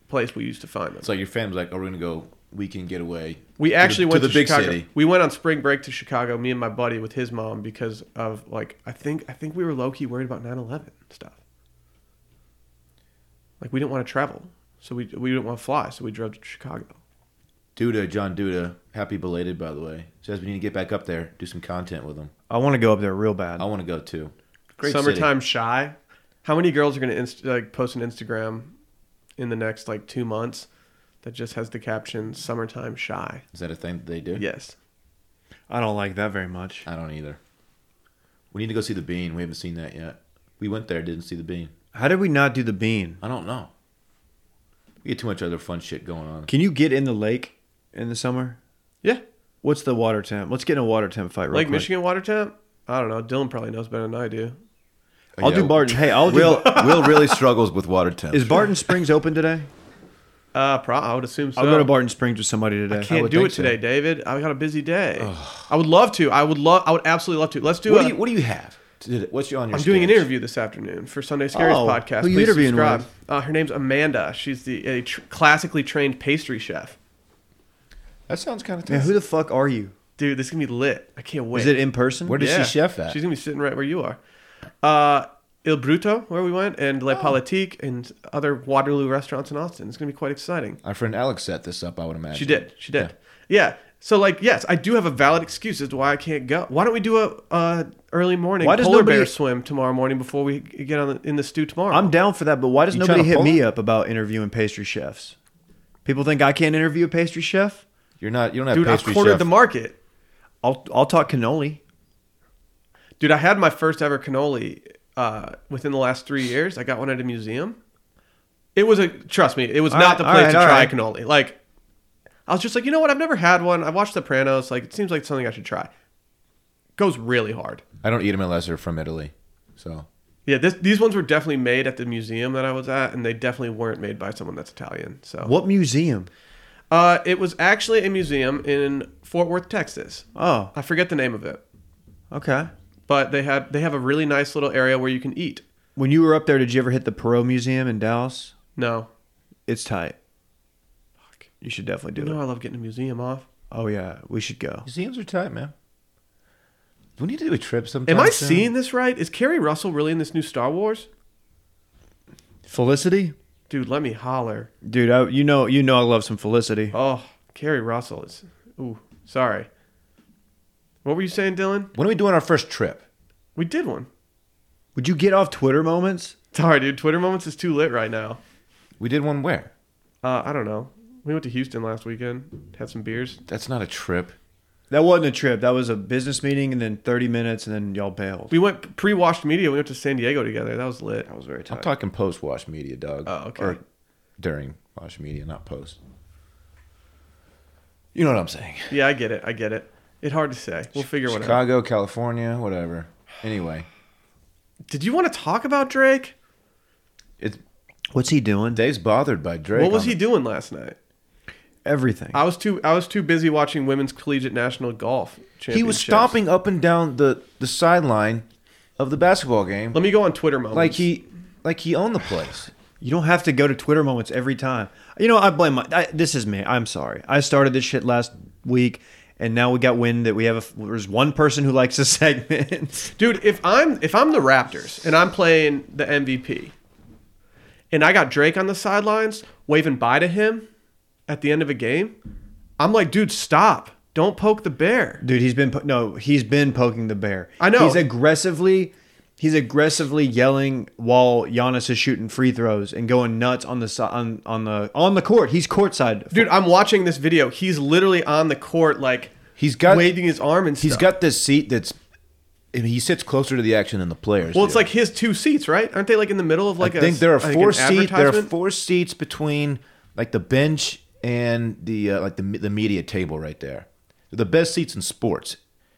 place we used to find them.
It's like your family's like, oh, we're gonna go weekend getaway.
we actually
to
went
the
to,
big
Chicago.
city.
We went on spring break to Chicago, me and my buddy with his mom, because of, like, I think, I think we were low key worried about 9 11 stuff. Like, we didn't want to travel. So we, we didn't want to fly. So we drove to Chicago.
Duda, John Duda, happy belated by the way. Says we need to get back up there, do some content with him.
I want to go up there real bad.
I want to go too.
Summertime shy. How many girls are going to inst- like post an Instagram in the next like two months that just has the caption "Summertime shy"?
City. Is that a thing that they do?
Yes.
I don't like that very much.
I don't either. We need to go see the Bean. We haven't seen that yet. We went there, didn't see the Bean.
How did we not do the bean?
I don't know. We get too much other fun shit going on.
Can you get in the lake in the summer?
Yeah.
What's the water temp? Let's get in a water temp fight. Real
Like
quick.
Michigan water temp? I don't know. Dylan probably knows better than I do.
I'll do Barton. Hey, I'll do.
Will Will really struggles with water temp.
is Barton Springs open today?
Uh, pro- I would assume so.
I'll go to Barton Springs with somebody today.
I can't
would
do
think
it today,
so.
David. I got a busy day. I would love to. I would love. I would absolutely love to. Let's do.
what
a-
do you What do you have? Did it- What's your on your?
I'm doing an
sketch?
interview this afternoon for Sunday Scaries
Oh,
podcast.
who you
Please
interviewing
subscribe.
with?
Uh, her name's Amanda. She's the a tr- classically trained pastry chef.
That sounds kind of
Man,
tough.
who the fuck are you?
Dude, this is gonna be lit. I can't wait.
Is it in person?
Where does
Yeah.
she chef at?
She's gonna be sitting right where you are. Uh, Il Bruto, where we went, and
Oh.
La Politique, and other Waterloo restaurants in Austin. It's gonna be quite exciting.
Our friend Alex set this up. I would imagine
She did. She did. Yeah. So like, yes, I do have a valid excuse as to why I can't go. Why don't we do a uh, early morning
Why does
polar
nobody-
bear swim tomorrow morning before we get on the, in the stew tomorrow?
I'm down for that, but why does
You
nobody
tryna
hit
pull
me up about interviewing pastry chefs? People think I can't interview a pastry chef.
You're not. You don't have
dude. I
pastry
cornered
chef.
the market.
I'll I'll talk cannoli.
Dude, I had my first ever cannoli uh, within the last three years. I got one at a museum. It was a trust me, it was
All
not
right,
the
all
place
right,
to
all
try
right.
cannoli. Like, I was just like, you know what? I've never had one. I watched Sopranos. Like, it seems like something I should try. Goes really hard.
I don't eat them unless they're from Italy. So
Yeah, this, these ones were definitely made at the museum that I was at, and they definitely weren't made by someone that's Italian. So,
What museum?
Uh, it was actually a museum in Fort Worth, Texas.
Oh,
I forget the name of it,
okay.
but they had they have a really nice little area where you can eat.
When you were up there, did you ever hit the Perot Museum in Dallas?
No,
It's tight.
Fuck.
You should definitely
you
do
know
it.
I love getting a museum off.
Oh yeah, we should go.
museums are tight, man. We need to do a trip sometime.
Am I
soon.
seeing this right? Is Carrie Russell really in this new Star Wars?
Felicity,
Dude, let me holler.
dude. I, you know, you know, I love some Felicity.
Oh, Carrie Russell is. Ooh, sorry. What were you saying, Dylan?
When are we doing our first trip?
We did one.
Would you get off Twitter moments?
Sorry, dude. Twitter moments is too lit right now.
We did one where?
Uh, I don't know. We went to Houston last weekend, had some beers.
That's not a trip.
That wasn't a trip. That was a business meeting, and then 30 minutes, and then y'all bailed.
We went pre-washed media. We went to San Diego together. That was lit.
That was very
I'm
tight.
talking post wash media, dog.
Oh, okay.
Or during wash media, not post. You know what I'm saying?
Yeah, I get it. I get it. It's hard to say. We'll figure one out.
Chicago, California, whatever. Anyway,
Did you want to talk about Drake?
it's
What's he doing?
Dave's bothered by Drake.
What was
on
he
the-
doing last night?
Everything.
I was too. I was too busy watching women's collegiate national golf.
He was
championships.
stomping up and down the the sideline of the basketball game,
Let me go on Twitter moments.
like he like he owned the place.
You don't have to go to Twitter moments every time. You know, I blame my. I, this is me. I'm sorry. I started this shit last week, and now we got wind that we have a. There's one person who likes a segment.
dude. If I'm if I'm the Raptors and I'm playing the MVP, and I got Drake on the sidelines waving bye to him at the end of a game, I'm like, dude, stop! Don't poke the bear.
Dude, he's been po- no. He's been poking the bear.
I know.
He's aggressively. He's aggressively yelling while Giannis is shooting free throws and going nuts on the si- on on the on the court. He's courtside.
Dude, I'm watching this video. He's literally on the court, like
He's got-
waving his arm and stuff.
He's got this seat that's and he sits closer to the action than the players.
Well, it's
do.
like his two seats, right? Aren't they like in the middle of like
I
a?
think there are
like an
four seats. There are
advertisement?
four seats between like the bench and the uh, like the me- the media table right there. They're the best seats in sports,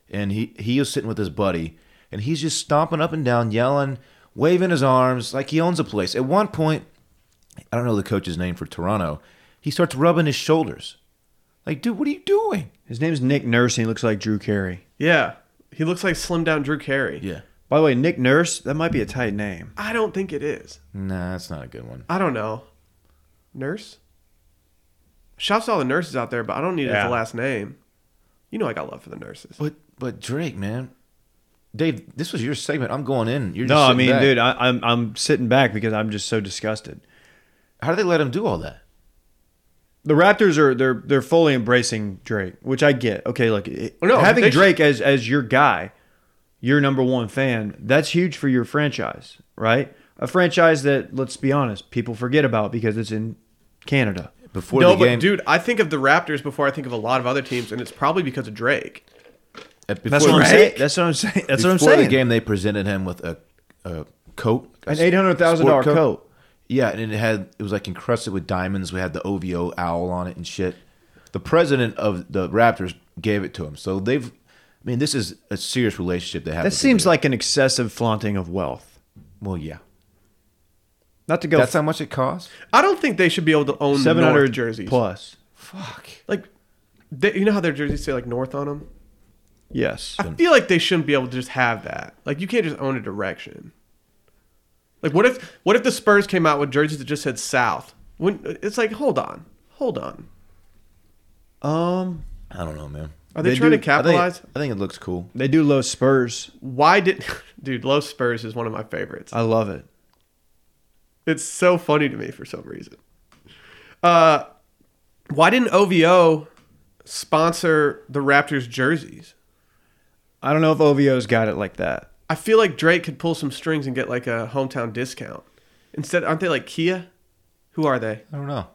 and he he is sitting with his buddy, and he's just stomping up and down, yelling, waving his arms like he owns a place. At one point, I don't know the coach's name for Toronto. He starts rubbing his shoulders, like, dude, what are you doing?
His name's Nick Nurse, and he looks like Drew Carey.
Yeah, he looks like slim down Drew Carey.
Yeah,
By the way, Nick Nurse, that might be a tight name.
I don't think it is.
nah, that's not a good one.
I don't know. Nurse? Shouts to all the nurses out there, but I don't need it as a
Yeah.
last name. You know I got love for the nurses.
But but Drake, man, Dave, this was your segment. I'm going in. You're
No,
just
I
sitting
mean,
back.
dude, I, I'm I'm sitting back because I'm just so disgusted.
how do they let him do all that?
The Raptors are they're they're fully embracing Drake, which I get. Okay, look, it-
Well, Oh, no, they
having
sh-
Drake as as your guy, your number one fan, that's huge for your franchise, right? A franchise that let's be honest, people forget about because it's in Canada.
before
no,
the
but
game. uh,
dude, I think of the Raptors before I think of a lot of other teams, and it's probably because of Drake.
at- before
That's what I'm saying. That's what I'm saying. That's
before
what I'm saying.
the game, they presented him with a, a coat, a
An $800,000
sport
coat.
Yeah, and it had it was like encrusted with diamonds. We had the OVO owl on it and shit. The president of the Raptors gave it to him. So they've, I mean, this is a serious relationship they have.
That
with the
seems
dude.
like an excessive flaunting of wealth.
well, yeah.
Not to go
That's how much it costs.
I don't think they should be able to own
seven
700
hundred
jerseys.
plus.
Fuck.
Like, they, you know how their jerseys say like North on them.
Yes,
I feel like they shouldn't be able to just have that. Like, you can't just own a direction. Like, what if what if the Spurs came out with jerseys that just said South? When it's like, hold on, hold on.
um,
I don't know, man.
Are they, trying
do-
to capitalize?
I think, I think it looks cool.
they do low Spurs.
Why did, dude? Love Spurs is one of my favorites.
I love it.
It's so funny to me for some reason. Uh, why didn't OVO sponsor the Raptors jerseys?
I don't know if OVO's got it like that.
I feel like Drake could pull some strings and get like a hometown discount. Instead, aren't they like Kia? Who are they?
I don't know.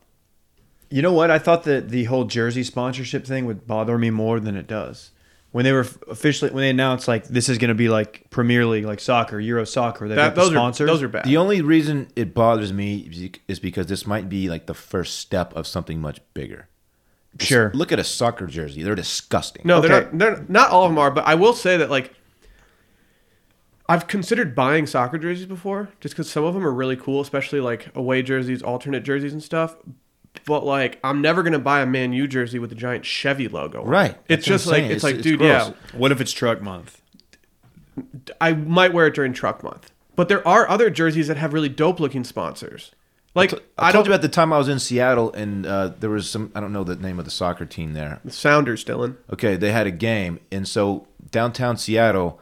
You know what? I thought that the whole jersey sponsorship thing would bother me more than it does. When they were officially when they announced like this is going to be like Premier League, like soccer, Euro soccer, they
That,
got the
those
sponsors.
are those are bad.
The only reason it bothers me is because this might be like the first step of something much bigger. Just
Sure.
Look at a soccer jersey. They're disgusting.
no, they're
okay.
not. They're not all of them are. But I will say that like I've considered buying soccer jerseys before, just because some of them are really cool, especially like away jerseys, alternate jerseys, and stuff. But like, I'm never gonna buy a Man U jersey with a giant Chevy logo. on it.
Right.
It's
That's what
just
I'm
like
saying.
it's,
It's-
like,
it's
dude,
gross.
yeah.
What if it's truck month?
I might wear it during truck month. But there are other jerseys that have really dope looking sponsors. Like I,
I,
don't
told you about the time I was in Seattle and uh, there was some I don't know the name of the soccer team there.
Sounders, Dylan.
Okay, they had a game and so downtown Seattle,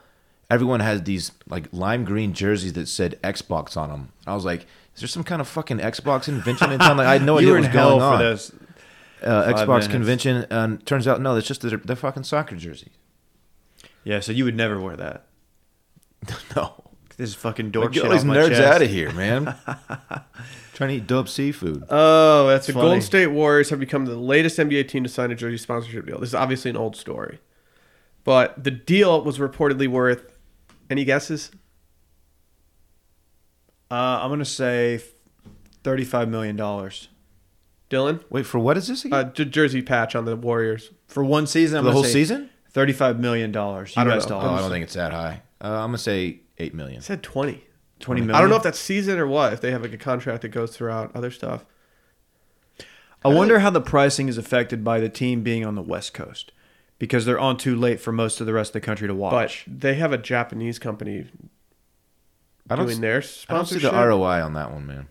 everyone had these like lime green jerseys that said Xbox on them. I was like, is there some kind of fucking Xbox invention in town? Like I had no
you
idea
were
what
in
was
hell
going
for
on.
this.
Uh, Xbox
minutes.
convention and turns out no, it's just their, their fucking soccer jerseys.
Yeah, so you would never wear that.
no.
This is fucking dork
Get
shit
all these
off my
nerds
chest.
out of here, man. Trying to eat dope seafood.
Oh, that's
The
funny.
Golden State Warriors have become the latest NBA team to sign a jersey sponsorship deal. This is obviously an old story. But the deal was reportedly worth any guesses?
Uh, I'm gonna say thirty-five million dollars
Dylan?
Wait, for what is this again?
Uh, j- jersey patch on the Warriors.
for one season. I'm
for the
gonna
whole
say
season?
Thirty-five million dollars.
I don't
U.S.
know.
Oh, I don't
dollars.
think it's that high. Uh, I'm gonna say eight million.
It said 20.
Twenty million.
I don't know if that's season or what, if they have like a contract that goes throughout other stuff.
I wonder how the pricing is affected by the team being on the West Coast because they're on too late for most of the rest of the country to
But
watch.
they have a Japanese company
I don't,
doing
s-
their
I don't see
sponsorship.
the ROI on that one, man.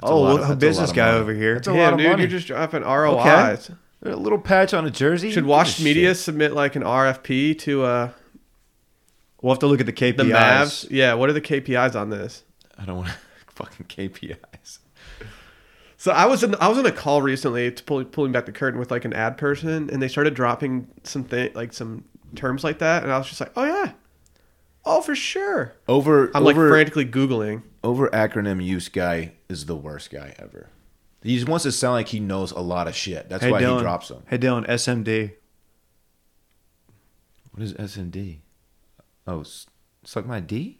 That's a
oh,
lot
well, a
of- that's a lot
business
of
guy
money.
over here.
That's a lot of
dude,
money.
you're just dropping ROIs.
a little patch on a jersey.
Should
What
Washed
the
Media
shit?
submit like an RFP to uh,
We'll have to look at the KPIs.
the Mavs? Yeah, what are the KPIs on this?
I don't want fucking KPIs.
So I was in I was in a call recently to pull, pulling back the curtain with like an ad person, and they started dropping some thi- like some terms like that, and I was just like, oh yeah, oh for sure.
Over
I'm like
over
frantically googling.
over acronym use guy is the worst guy ever. He just wants to sound like he knows a lot of shit. That's
Hey,
why
Dylan.
he drops them.
Hey, Dylan, SMD.
What is SMD? Oh, s- suck my D.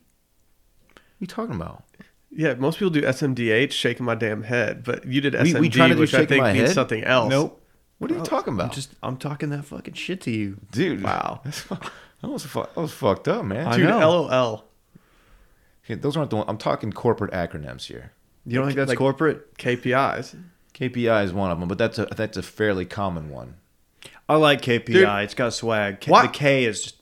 What you talking about?
Yeah, most people do SMDH, shaking my damn head, but you did
We-
SMD,
we trying to do
which I
shaking
think
my
means
head?
something else.
What are you talking
I'm
about?
just I'm talking that fucking shit to you.
dude.
Wow.
that's fu- that was fu- that was fucked up, man.
I
dude,
know.
LOL,
Okay, those aren't the one. I'm talking corporate acronyms here.
You don't think that's
Like-
corporate?
KPIs.
KPI is one of them, but that's a that's a fairly common one.
I like KPI.
Dude.
it's got swag. K-
Why-
the K is just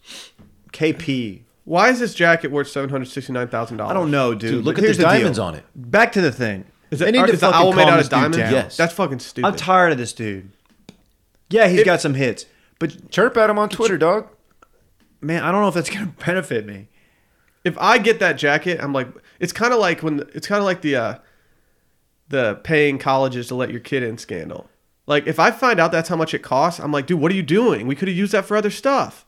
KP.
Why is this jacket worth seven hundred sixty nine thousand dollars?
I don't know, dude.
Dude, look
but
at
here's
the diamonds
deal.
on it.
Back to the thing.
Is
They
it,
need
are,
to
is the
fucking
owl made
calm
out
this
of
dude
diamonds?
down.
Yes.
that's fucking stupid.
I'm tired of this dude. Yeah, he's
It-
got some hits, but
Chirp at him on Twitter, dog.
man, I don't know if that's gonna benefit me.
if I get that jacket, I'm like, it's kind of like when it's kind of like the uh, the paying colleges to let your kid in scandal. Like if I find out that's how much it costs, I'm like, dude, what are you doing? We could have used that for other stuff.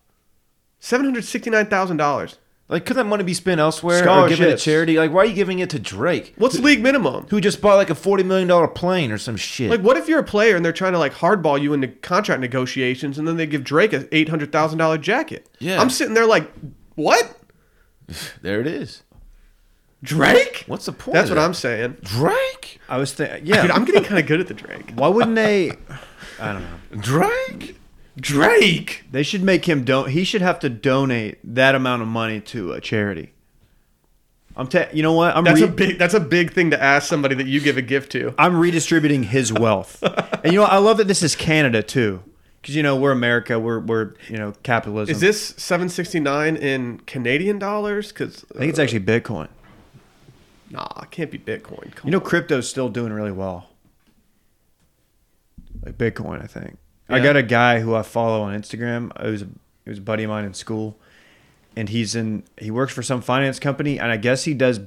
Seven hundred sixty nine thousand dollars.
Like, could that money be spent elsewhere or given to
Scholarships.
charity? Like, why are you giving it to Drake,
What's league minimum?
who just bought like a forty million dollar plane or some shit?
Like, what if you're a player and they're trying to like hardball you into contract negotiations, and then they give Drake a eight hundred thousand dollar jacket?
Yeah.
I'm sitting there like, what?
there it is.
Drake?
What's the point?
That's
of
what
that?
I'm saying.
Drake.
I was thinking, yeah.
Dude, I'm getting kind of good at the Drake.
why wouldn't they? I don't know.
Drake.
Drake.
They should make him don't. He should have to donate that amount of money to a charity. I'm ta- you know what? I'm
That's
re-
a big. That's a big thing to ask somebody that you give a gift to.
I'm redistributing his wealth. and you know, what? I love that this is Canada too, because you know we're America. We're we're you know capitalism.
Is this 769 in Canadian dollars? Because
I think it's actually Bitcoin.
nah, it can't be Bitcoin. Come
You know, crypto's still doing really well. Like Bitcoin, I think. I
Yeah.
got a guy who I follow on Instagram. It was a, it was a buddy of mine in school, and he's in. He works for some finance company, and I guess he does.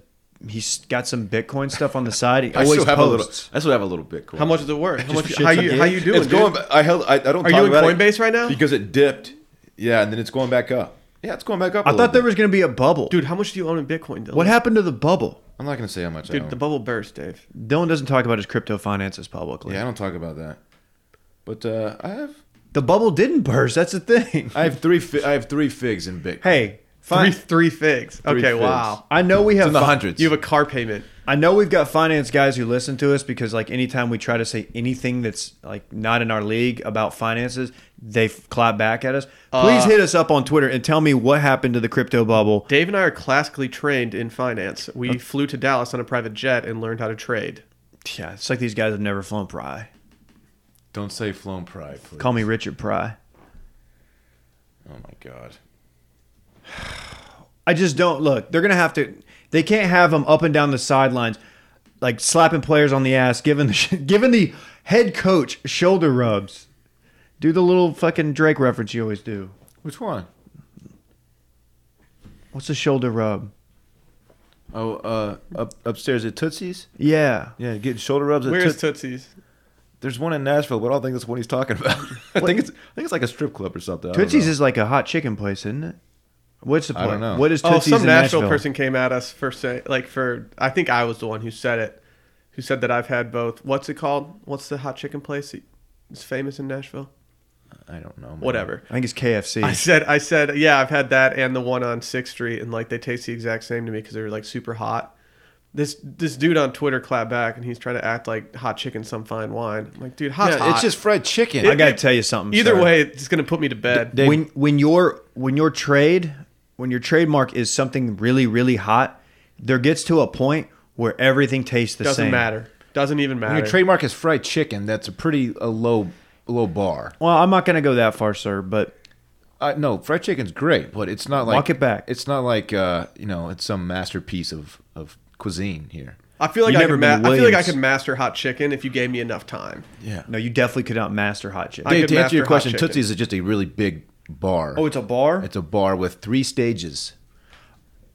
He's got some Bitcoin stuff on the side. He
I
always
still have a little.
posts.
I still have a little Bitcoin.
on. how much is it worth? How
Just
much?
for
How
shits
you
and
how
gigs?
you doing?
It's going.
dude?
ba- I held. I, I don't.
Are
talk
you in
about it
Coinbase right now?
Because it dipped. Yeah, and then it's going back up. Yeah, it's going back up. I
I thought there was going to be a bubble.
Dude, how much do you own in Bitcoin? Dylan?
what happened to the bubble?
I'm not gonna say how much. I
Dude,
own.
the bubble burst, Dave.
Dylan doesn't talk about his crypto finances publicly.
yeah, I don't talk about that. But uh, I have.
The bubble didn't burst. That's the thing.
I have three. Fi- I have three figs in Bitcoin.
hey,
Three
fine.
three figs. Okay,
figs.
wow.
I know we have
it's in the
fi-
hundreds.
You have a car payment.
I know we've got finance guys who listen to us because like anytime we try to say anything that's like not in our league about finances, they f- clap back at us. Please
Uh,
hit us up on Twitter and tell me what happened to the crypto bubble.
Dave and I are classically trained in finance. We flew to Dallas on a private jet and learned how to trade.
Yeah, it's like these guys have never flown Pry.
don't say flown pride. Please.
Call me Richard Pry.
Oh my god.
I just don't look. They're gonna have to. They can't have them up and down the sidelines, like slapping players on the ass, giving the sh- giving the head coach shoulder rubs. Do the little fucking Drake reference you always do.
Which one?
What's a shoulder rub?
Oh, uh, up, upstairs at Tootsie's.
Yeah.
Yeah, getting shoulder rubs. At
Where's
Toot-
Tootsie's?
There's one in Nashville, but I don't think that's what he's talking about. I think it's I think it's like a strip club or something. I don't
Tootsie's
know.
is like a hot chicken place, isn't it? What's the
I
point?
don't know.
What is
Oh,
Tootsie's
some
in
Nashville,
Nashville?
person came at us for say like for I think I was the one who said it, who said that I've had both. What's it called? What's the hot chicken place that is famous in Nashville?
I don't know. man.
Whatever.
I think it's KFC.
I said, I said, yeah, I've had that and the one on Sixth Street, and like they taste the exact same to me because they were like super hot. This this dude on Twitter clapped back, and he's trying to act like hot chicken, some fine wine. I'm like, dude, hot.
Yeah, it's just fried chicken.
I gotta tell you something.
Either
sir.
way, it's gonna put me to bed.
Dave-
when when your when your trade when your trademark is something really really hot, there gets to a point where everything tastes the
Doesn't
same.
matter. Doesn't even
When your
matter.
trademark is fried chicken, that's a pretty a low low bar.
Well, I'm not gonna go that far, sir, but
Uh, no, fried chicken's great, but it's not like
Walk it back.
It's not like uh, you know, it's some masterpiece of of cuisine here.
I feel like
You've
I
never
could. Ma-
been to
I feel like I
Williams.
could master hot chicken if you gave me enough time.
Yeah.
no, you definitely could not master hot chicken.
I
Dave,
could
to answer
master
your
hot
question,
chicken.
Tootsie's is just a really big bar.
oh, it's a bar.
it's a bar with three stages.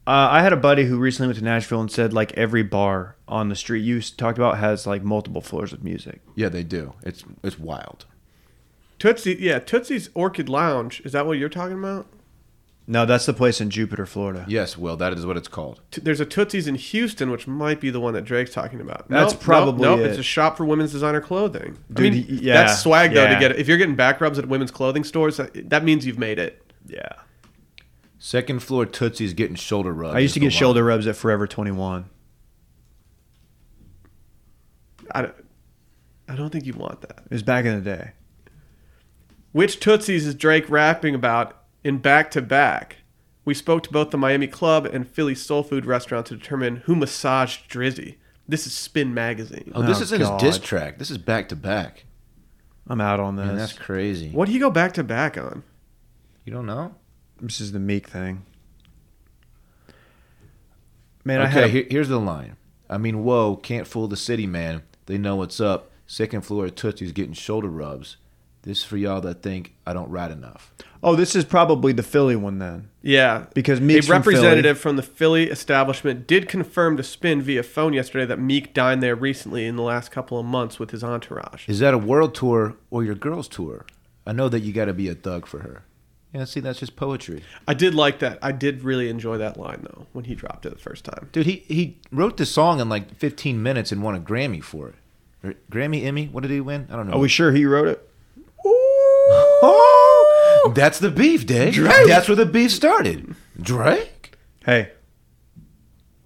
Uh, I had a buddy who recently went to Nashville and said like every bar on the street you talked about has like multiple floors of music.
Yeah, they do. It's it's wild.
Tootsie, yeah, Tootsie's Orchid Lounge. Is that what you're talking about?
No, that's the place in Jupiter, Florida.
Yes, Will, that is what it's called.
T- There's a Tootsie's in Houston, which might be the one that Drake's talking about.
That's probably
nope,
it.
It's a shop for women's designer clothing.
Dude,
I mean,
y- yeah,
that's swag though
yeah.
to get. If you're getting back rubs at women's clothing stores, that, that means you've made it.
Yeah.
Second floor Tootsie's getting shoulder rubs.
I used
is
to
the
get
line.
shoulder rubs at Forever 21.
I don't, I don't think you want that.
It was back in the day.
Which Tootsie's is Drake rapping about in Back to Back? We spoke to both the Miami Club and Philly Soul Food restaurant to determine who massaged Drizzy. This is Spin Magazine.
Oh, this
Oh,
is in
God.
his diss track. This is back to back.
I'm out on this.
Man, that's crazy.
What do you go back to back on?
You don't know?
this is the meek thing. Man, I
okay,
had a-
here, here's the line. I mean, whoa, can't fool the city, man. They know what's up. Second floor at Tootsie's getting shoulder rubs. This is for y'all that think I don't ride enough.
Oh, this is probably the Philly one then.
Yeah,
Because
A
Meek's from Philly.
representative from the Philly establishment did confirm to Spin via phone yesterday that Meek dined there recently in the last couple of months with his entourage.
Is that a world tour or your girls tour? I know that you got to be a thug for her. Yeah, see, that's just poetry.
I did like that. I did really enjoy that line though when he dropped it the first time.
Dude, he, he wrote this song in like 15 minutes and won a Grammy for it. Or Grammy, Emmy? What did he win? I don't know.
Are we sure he wrote it?
That's the beef, Dave. That's where the beef started. Drake?
Hey,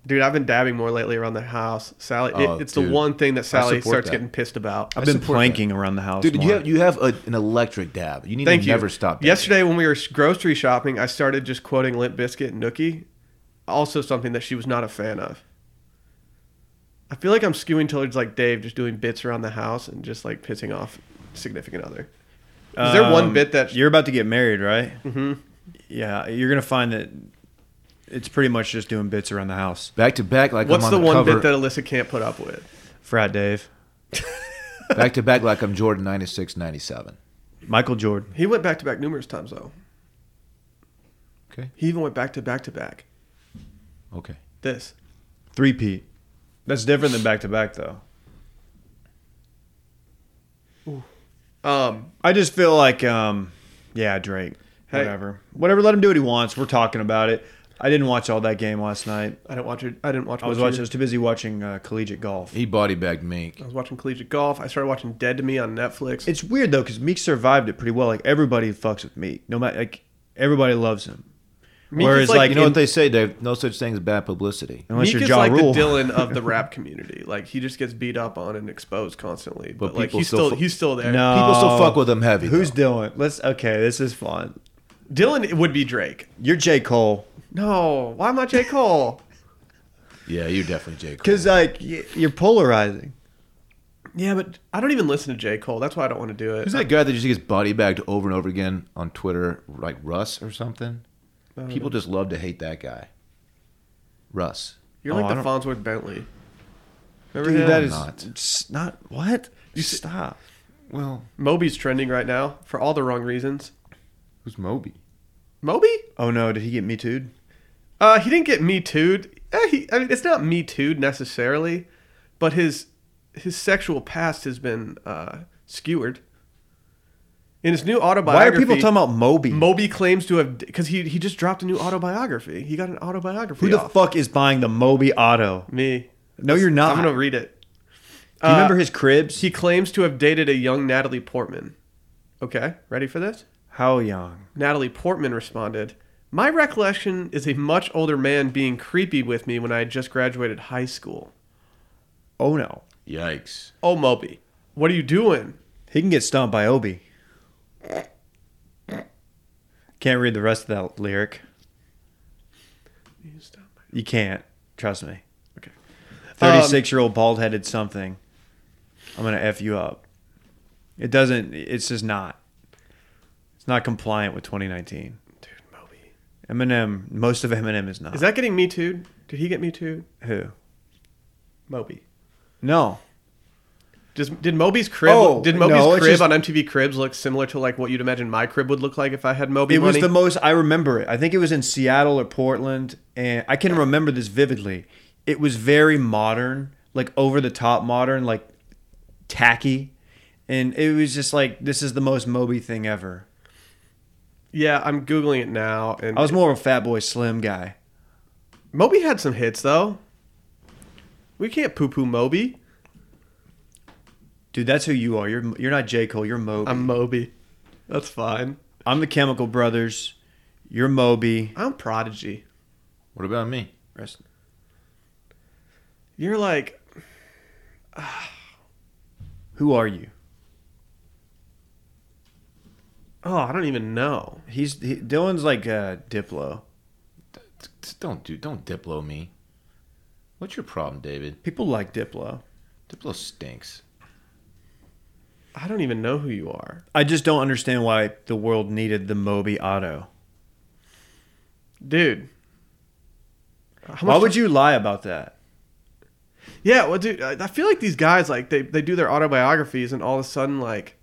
Dude, I've been dabbing more lately around the house. Sally, it-
Oh,
it's the
dude.
one thing that Sally
support
starts
that.
getting pissed about.
I've
I
been
support
planking around the house.
Dude, you
more.
have you have a, an electric dab. You need
Thank
to
you.
never stop. dabbing.
Yesterday, when we were grocery shopping, I started just quoting Limp Biscuit and Nookie, also something that she was not a fan of. I feel like I'm skewing towards like Dave, just doing bits around the house and just like pissing off significant other. Is there one
Um,
bit that
you're about to get married, right?
Mm-hmm.
hmm
Yeah, you're gonna find that it's pretty much just doing bits around the house.
back to back, like
What's
I'm
the
on the,
one
cover.
bit that Alyssa can't put up with?
Frat Dave,
back to back, like I'm Jordan 96, 97.
Michael Jordan.
He went back to back numerous times though.
Okay.
He even went back to back to back.
Okay.
This.
Three Pete. That's different than back to back though.
Um,
I just feel like um yeah, Drake.
Hey.
Whatever. Whatever, let him do what he wants. We're talking about it. I didn't watch all that game last night.
I didn't watch it. I didn't watch.
I was
much
watching I
either.
was too busy watching uh, collegiate golf.
He body bagged Mink.
I was watching collegiate golf. I started watching Dead to Me on Netflix.
It's weird though cuz Meek survived it pretty well. Like everybody fucks with Meek. No matter like everybody loves him.
Meek is
Whereas
like-
like,
You know
in-
what they say, Dave? No such thing as bad publicity.
unless
Meek
you're
is
Ja
like
Rule.
the Dylan of the rap community. Like he just gets beat up on and exposed constantly. But,
But
like
people
he's
still
still
fu-
he's still there.
No.
People still
Oh.
fuck with him heavy.
Who's
though.
Dylan? Let's okay, this is fun.
Dylan would be Drake.
You're J. Cole.
No, why am I J Cole?
yeah, you're definitely Jake.
Cuz like y- you're polarizing.
yeah, but I don't even listen to J Cole. That's why I don't want to do it.
Who's that guy that just gets body bagged over and over again on Twitter, like Russ or something? People just love to hate that guy. Russ.
You're
Oh, I
like the
don't-
Fonsworth Bentley. Remember
Dude,
him?
that is
not.
s- not what? You stop.
Well,
Moby's trending right now for all the wrong reasons.
who's Moby?
Moby?
Oh no, did he get me too?
Uh, he didn't get me too'd. Eh, he, I mean, it's not me too'd necessarily, but his his sexual past has been uh, skewered. In his new
Why are
autobiography,
people talking about Moby?
Moby claims to have because he he just dropped a new autobiography. He got an autobiography.
Who the
off.
fuck is buying the Moby Auto?
Me.
No, you're not.
I'm gonna read it.
Do you
Uh,
remember his cribs?
He claims to have dated a young Natalie Portman. Okay, ready for this?
How young?
Natalie Portman responded, "My recollection is a much older man being creepy with me when I had just graduated high school."
Oh no,
Yikes.
Oh, Moby, what are you doing?
he can get stomped by Obi. Can't read the rest of that lyric. You can't. Trust me.
Okay.
Thirty-six-year-old bald-headed something. I'm gonna f you up. It doesn't. It's just not. It's not compliant with 2019.
Dude, Moby.
Eminem. Most of Eminem is not.
Is that getting me too? Did he get me too?
who?
Moby.
No.
Just, did Moby's crib?
Oh,
did Moby's
no, it's
crib
just-
on MTV Cribs look similar to like what you'd imagine my crib would look like if I had Moby
It was
money?
the most I remember it. I think it was in Seattle or Portland, and I can remember this vividly. It was very modern, like over the top modern, like tacky, and it was just like this is the most Moby thing ever.
yeah, I'm googling it now, and
I was more of a Fat Boy Slim guy.
Moby had some hits though. We can't poo poo Moby.
Dude, that's who you are. You're you're not J Cole. You're Moby. I'm,
I'm Moby. That's fine.
the Chemical Brothers. You're Moby.
I'm Prodigy.
What about me?
Rest-
You're like
Who are you?
oh, I don't even know.
He's he, Dylan's like uh, Diplo.
Don't do don't Diplo me. What's your problem, David?
People like Diplo.
Diplo stinks.
I don't even know who you are.
I just don't understand why the world needed the Moby Auto.
dude. How
Why
much-
would you lie about that?
Yeah, well, dude, I I feel like these guys like they they do their autobiographies, and all of a sudden, like,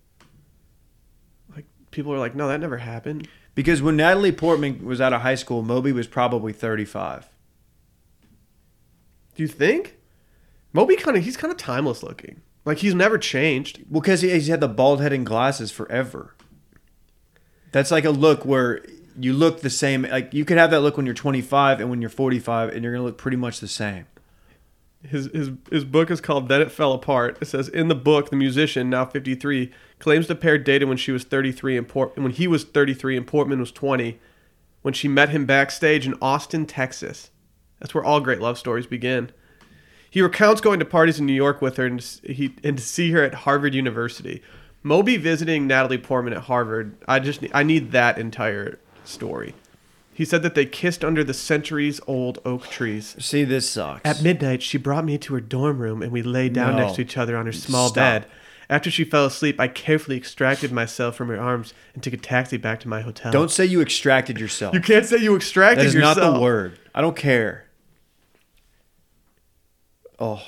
like people are like, no, that never happened.
Because when Natalie Portman was out of high school, Moby was probably 35.
Do you think? Moby kind of he's kind of timeless looking. Like he's never changed.
Well, because he, he's had the bald head and glasses forever. That's like a look where you look the same. Like you could have that look when you're 25 and when you're 45, and you're gonna look pretty much the same.
His his his book is called Then It Fell Apart. It says in the book, the musician now fifty three claims the pair dated when she was thirty three and Port- when he was thirty three and Portman was twenty, when she met him backstage in Austin, Texas, That's where all great love stories begin. He recounts going to parties in New York with her and, he, and to see her at Harvard University. Moby visiting Natalie Portman at Harvard. I just ne- I need that entire story. He said that they kissed under the centuries-old oak trees.
See, this sucks.
At midnight, she brought me to her dorm room and we lay down
No.
next to each other on her small
Stop.
bed. After she fell asleep, I carefully extracted myself from her arms and took a taxi back to my hotel.
Don't say you extracted yourself.
you can't say you extracted
that is
yourself.
not the word. I don't care. Oh,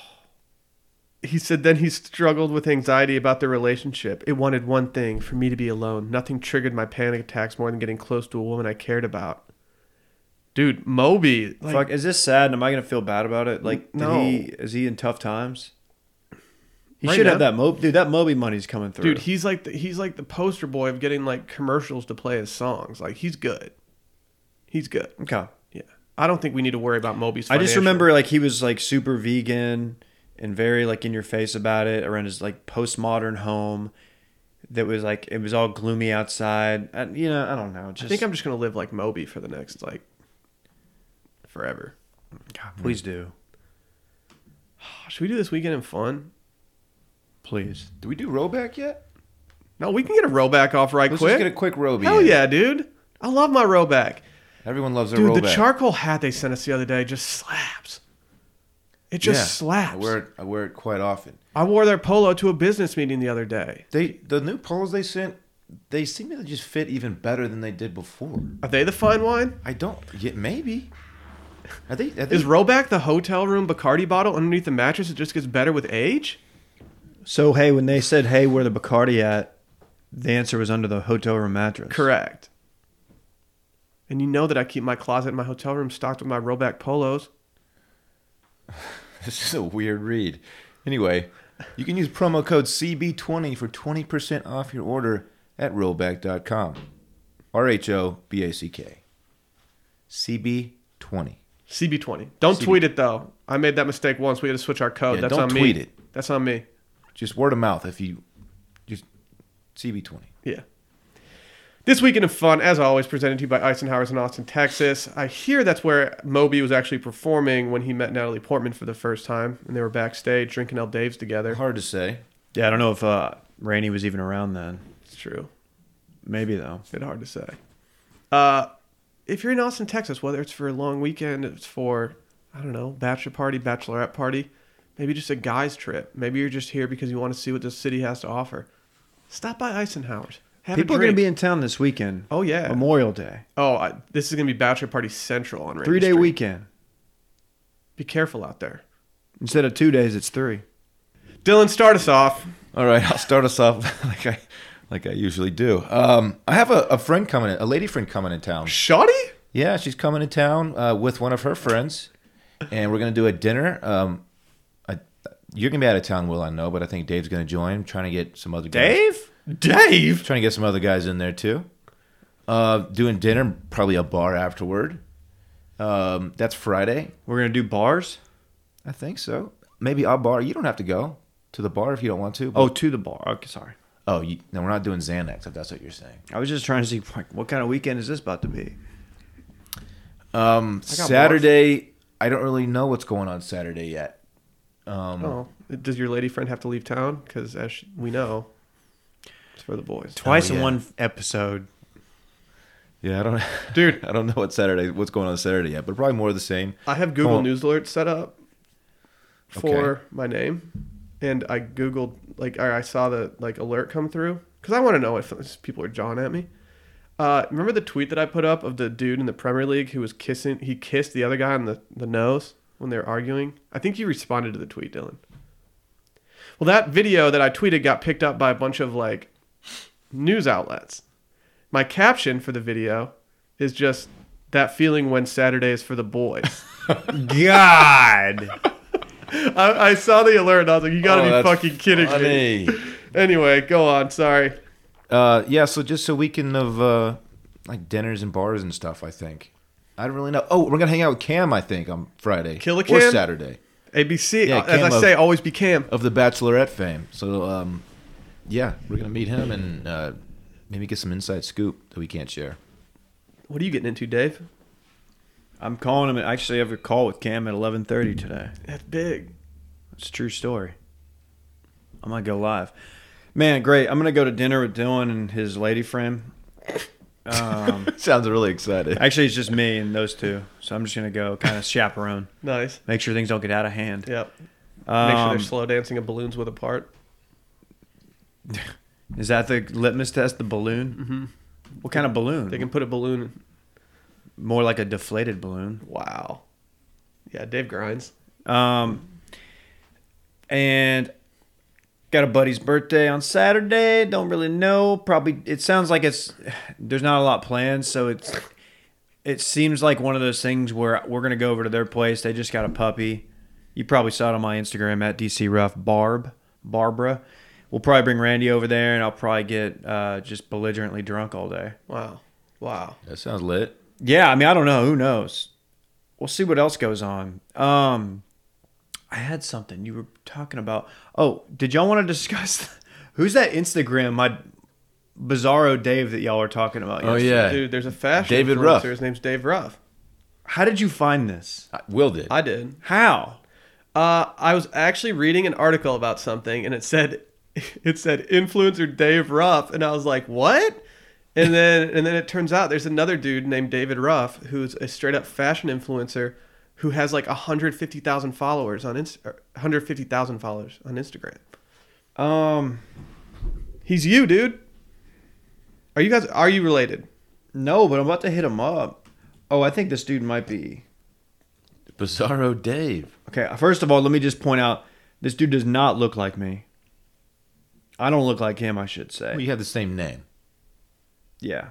He said then he struggled with anxiety about their relationship. It wanted one thing for me to be alone. Nothing triggered my panic attacks more than getting close to a woman I cared about. Dude, Moby, like,
fuck! Is this sad? And am I gonna feel bad about it? Like, did
No.
he is he in tough times? He
Right
should have
now.
that Moby. Dude, that Moby money's coming through.
dude, he's like the, he's like the poster boy of getting like commercials to play his songs. Like he's good, he's good.
okay.
Yeah, I don't think we need to worry about Moby's.
I just
financial-
remember like he was like super vegan and very like in your face about it around his like postmodern home that was like it was all gloomy outside. And, you know, I don't know. Just
I think I'm just gonna live like Moby for the next like forever.
God, please do.
Should we do this weekend in fun?
Please.
Do we do Roback yet?
No, we can get a row back off right
Let's
quick.
just get a quick Roby.
Hell
in.
yeah, dude! I love my row back.
Everyone loves a
Dude,
Roback.
the charcoal hat they sent us the other day just slaps. It just slaps.
I wear it. I wear it quite often.
I wore their polo to a business meeting the other day.
They the new polos they sent. They seem to just fit even better than they did before.
Are they the fine wine?
I don't. Yet maybe. Are they? Are they
Is Roback the hotel room Bacardi bottle underneath the mattress that just gets better with age?
So hey, when they said, Hey, where the Bacardi at? The answer was under the hotel room mattress.
Correct. And you know that I keep my closet in my hotel room stocked with my Roback polos.
This is a weird read. Anyway, you can use promo code CB20 for 20% off your order at rollback.com. R H O B A C K. CB20.
CB20. Don't
CB.
tweet it though. I made that mistake once. We had to switch our code.
Yeah,
That's
don't
on me.
tweet it.
That's on me.
Just word of mouth if you just CB20.
Yeah. This weekend of fun, as always, presented to you by Eisenhower's in Austin, Texas. I hear that's where Moby was actually performing when he met Natalie Portman for the first time, and they were backstage drinking El Dave's together.
Hard to say.
Yeah, I don't know if uh Rainey was even around then.
It's true.
Maybe though.
It's hard to say. Uh, if you're in Austin, Texas, whether it's for a long weekend, it's for I don't know, bachelor party, bachelorette party, maybe just a guys trip. Maybe you're just here because you want to see what this city has to offer. Stop by Eisenhower's. Have
People
a
are gonna
drink.
be in town this weekend.
Oh yeah.
Memorial Day.
oh, I, this is gonna be bachelor party central on Rainy
Three day
Street.
weekend.
Be careful out there.
Instead of two days, it's three.
Dylan, start us off.
All right, I'll start us off like I like I usually do. Um, I have a, a friend coming in, a lady friend coming in town.
Shoddy?
Yeah, she's coming to town uh, with one of her friends, and we're gonna do a dinner. Um, I, you're gonna be out of town, Will. I know, but I think Dave's gonna join. I'm trying to get some other guys.
Dave?
Trying to get some other guys in there too. Uh, doing dinner, probably a bar afterward. Um, that's Friday,
We're gonna do bars?
I think so. Maybe a bar. You don't have to go to the bar if you don't want to.
Oh, to the bar. Okay, sorry.
oh, you, no, we're not doing Xanax if that's what you're saying.
I was just trying to see like, what kind of weekend is this about to be.
Um,
I got
Saturday, I don't really know what's going on Saturday yet. Um,
Oh, does your lady friend have to leave town? Because as she, we know, it's for the boys.
Twice
yeah.
in one episode.
Yeah, I don't,
Dude.
I don't know what Saturday, what's going on Saturday yet, but probably more of the same.
I have Google
Oh.
News Alerts set up for
Okay.
my name, and I googled like I I saw the like alert come through because I want to know if those people are jawing at me. Uh, remember the tweet that I put up of the dude in the Premier League who was kissing? He kissed the other guy on the, the nose when they were arguing. I think you responded to the tweet, Dylan. Well, that video that I tweeted got picked up by a bunch of like news outlets. My caption for the video is just that feeling when Saturday is for the boys.
God.
I, I saw the alert and I was like, you
Oh,
gotta be fucking kidding me. Anyway, go on. Sorry.
Uh, yeah, so just a weekend of uh, like dinners and bars and stuff. I think I don't really know. Oh, we're gonna hang out with Cam. I think on Friday,
Kill a
or
Cam?
Saturday
ABC,
Yeah,
uh, as I
Cam of-
say, always be Cam.
of the Bachelorette fame. So um, yeah, we're gonna meet him and uh, maybe get some inside scoop that we can't share.
What are you getting into, Dave?
I'm calling him. Actually, I have a call with Cam at 11:30 today.
That's big.
It's a true story. I'm gonna go live. Man, great. I'm gonna go to dinner with Dylan and his lady friend. Um,
Sounds really excited.
actually, it's just me and those two, so I'm just gonna go kind of chaperone,
Nice.
make sure things don't get out of hand.
Yep. Make sure
Um,
they're slow dancing and balloons with a part.
is that the litmus test? The balloon? Mm-hmm. What kind of balloon?
They can put a balloon.
More like a deflated balloon.
Wow. Yeah, Dave grinds.
Um, and got a buddy's birthday on Saturday. Don't really know. Probably it sounds like it's there's not a lot planned, so it's it seems like one of those things where we're gonna go over to their place. They just got a puppy. You probably saw it on my Instagram at DC Rough Barb Barbara. We'll probably bring Randy over there, and I'll probably get uh, just belligerently drunk all day.
Wow. Wow.
That sounds lit.
Yeah, I mean, I don't know. Who knows? We'll see what else goes on. Um, I had something you were talking about. Oh, did y'all want to discuss who's that Instagram? My Bizarro Dave that y'all were talking about.
Oh
yesterday?
yeah,
Dude, there's a fashion
David
influencer.
Ruff.
His name's Dave Ruff.
How did you find this?
I- Will did.
I did.
How?
Uh, I was actually reading an article about something, and it said it said influencer Dave Ruff, and I was like, what? And then and then it turns out there's another dude named David Ruff who's a straight up fashion influencer who has like 150,000 followers on Inst- or 150,000 followers on Instagram.
Um,
He's you, dude. Are you guys are you related?
no, but I'm about to hit him up. Oh, I think this dude might be.
Bizarro Dave.
Okay, first of all, let me just point out this dude does not look like me. I don't look like him, I should
Well,
say.
you have the same name.
Yeah.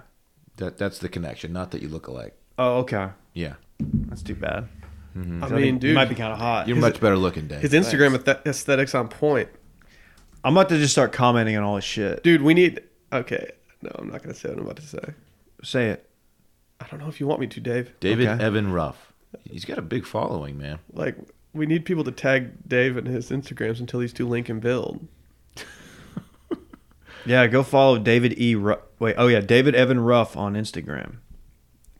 That that's the connection. Not that you look alike.
Oh, okay.
Yeah,
That's too bad.
I
I
mean,
think you
dude,
Mm. might be kind of hot.
you're much better looking, Dave.
his Instagram ath- aesthetics on point.
I'm about to just start commenting on all this shit.
Dude, we need Okay, no, I'm not going to say what I'm about to say.
Say it.
I don't know if you want me to, Dave.
David
okay.
Evan Ruff. He's got a big following, man.
like we need people to tag Dave in his Instagrams until these two link and build.
Yeah, go follow David E. Ru- Wait, oh yeah, David Evan Ruff on Instagram.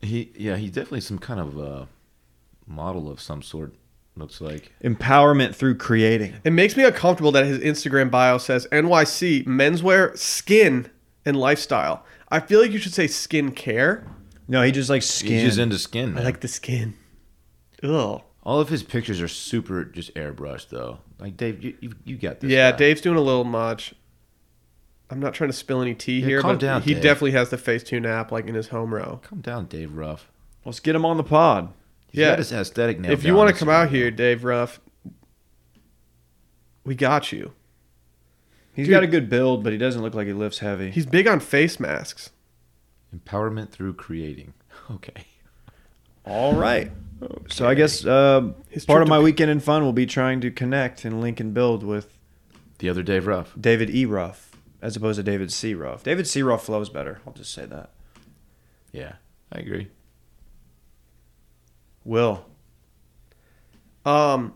He yeah, he's definitely some kind of uh, model of some sort. Looks like
Empowerment through creating.
It makes me uncomfortable that his Instagram bio says NYC menswear, skin, and lifestyle. I feel like you should say skincare.
No, he just like skin.
he's just into skin.
I
Man.
like the skin. Ugh.
all of his pictures are super just airbrushed though. Like Dave, you you, you got this.
Yeah,
guy.
Dave's doing a little much. I'm not trying to spill any tea
Yeah,
here,
calm
but
down,
he
Dave.
definitely has the Facetune app like in his home row.
Come down, Dave Ruff.
Let's get him on the pod.
He's
Yeah.
got his aesthetic now.
if you want to come out here, Dave Ruff, we got you.
He's
Dude.
got a good build, but he doesn't look like he lifts heavy.
He's big on face masks.
empowerment through creating. Okay.
All right. So I guess uh,
His
part
trip
of
to-
my weekend and fun will be trying to connect and link and build with
The other Dave Ruff.
David E. Ruff as opposed to David C. Ruff. David C. Ruff flows better. I'll just say that.
Yeah, I agree.
Will.
Um,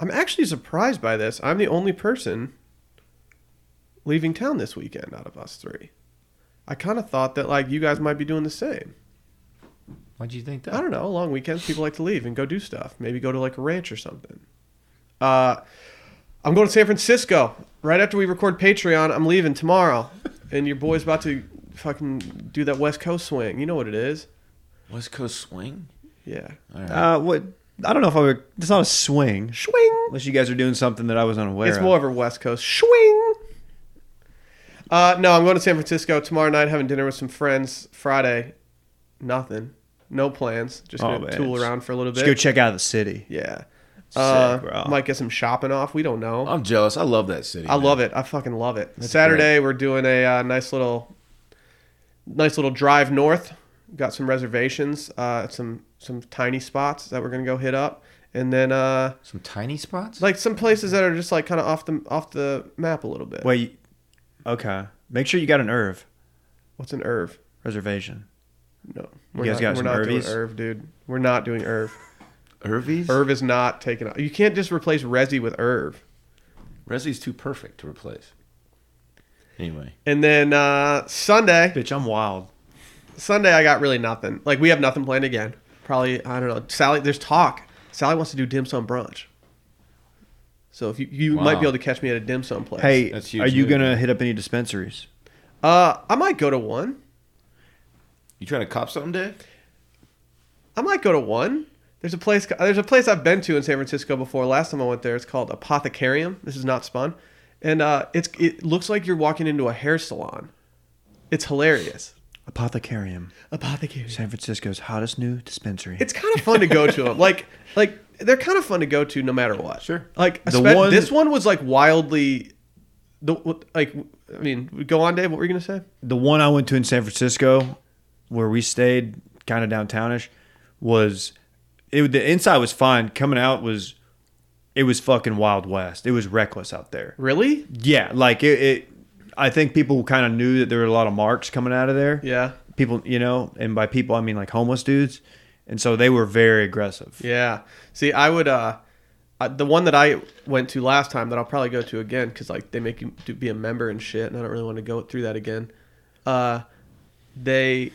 I'm actually surprised by this. I'm the only person leaving town this weekend out of us three. I kind of thought that like you guys might be doing the same.
Why'd you think that?
I don't know. Long weekends, people like to leave and go do stuff. Maybe go to like a ranch or something. Uh, I'm going to San Francisco right after we record Patreon. I'm leaving tomorrow, and your boy's about to fucking do that West Coast swing. You know what it is?
West Coast swing.
Yeah.
All right.
Uh, what? I don't know if I would. It's not a swing.
Swing.
Unless you guys are doing something that I was unaware
It's
of.
more of a West Coast swing. Uh, no, I'm going to San Francisco tomorrow night, having dinner with some friends. Friday, nothing, no plans. Just
Oh,
gonna
man.
tool around for a little
Just go
bit.
check out the city.
yeah, uh,
bro. Oh,
might get some shopping off. We don't know.
I'm jealous. I love that city.
I
man.
love it. I fucking love it. Saturday, we're doing a uh, nice little, nice little drive north. Got some reservations, uh, at some some tiny spots that we're gonna go hit up, and then uh,
Some tiny spots.
like some places that are just like kind of off the off the map a little bit.
Wait. Okay. Make sure you got an Irv
What's an Irv?
reservation.
No, we're
guys
not,
got
we're
some
not doing
Irvies?
Irv, dude. We're not doing Irv.
Irvy's.
Irv is not taking. You can't just replace Rezzy with Irv.
Resi's too perfect to replace. Anyway,
And then uh, Sunday,
Bitch, I'm wild.
Sunday I got really nothing. Like we have nothing planned again. probably I don't know. Sally, there's talk. Sally wants to do dim sum brunch. So if you, you might
Wow.
be able to catch me at a dim sum place.
Hey,
That's huge
are you
move.
gonna hit up any dispensaries?
uh, I might go to one.
You trying to cop something, Dave?
I might go to one. There's a place. There's a place I've been to in San Francisco before. Last time I went there, it's called Apothecarium. This is not spun, and uh, it's it looks like you're walking into a hair salon. It's hilarious.
Apothecarium,
Apothecarium.
San Francisco's hottest new dispensary.
It's kind of fun to go to them. Like like they're kind of fun to go to no matter what.
Sure.
Like
The
espe-
one-
this one was like wildly. The like I mean, go on, Dave. What were you gonna say?
the one I went to in San Francisco, where we stayed, kind of downtownish, was it. The inside was fine. Coming out was, it was fucking wild west. It was reckless out there.
Really?
Yeah, like it. it I think people kind of knew that there were a lot of marks coming out of there.
Yeah.
people, you know, and by people I mean like homeless dudes, and so they were very aggressive.
Yeah. See, I would. uh I, The one that I went to last time that I'll probably go to again because like they make you do, be a member and shit, and I don't really want to go through that again. Uh, they,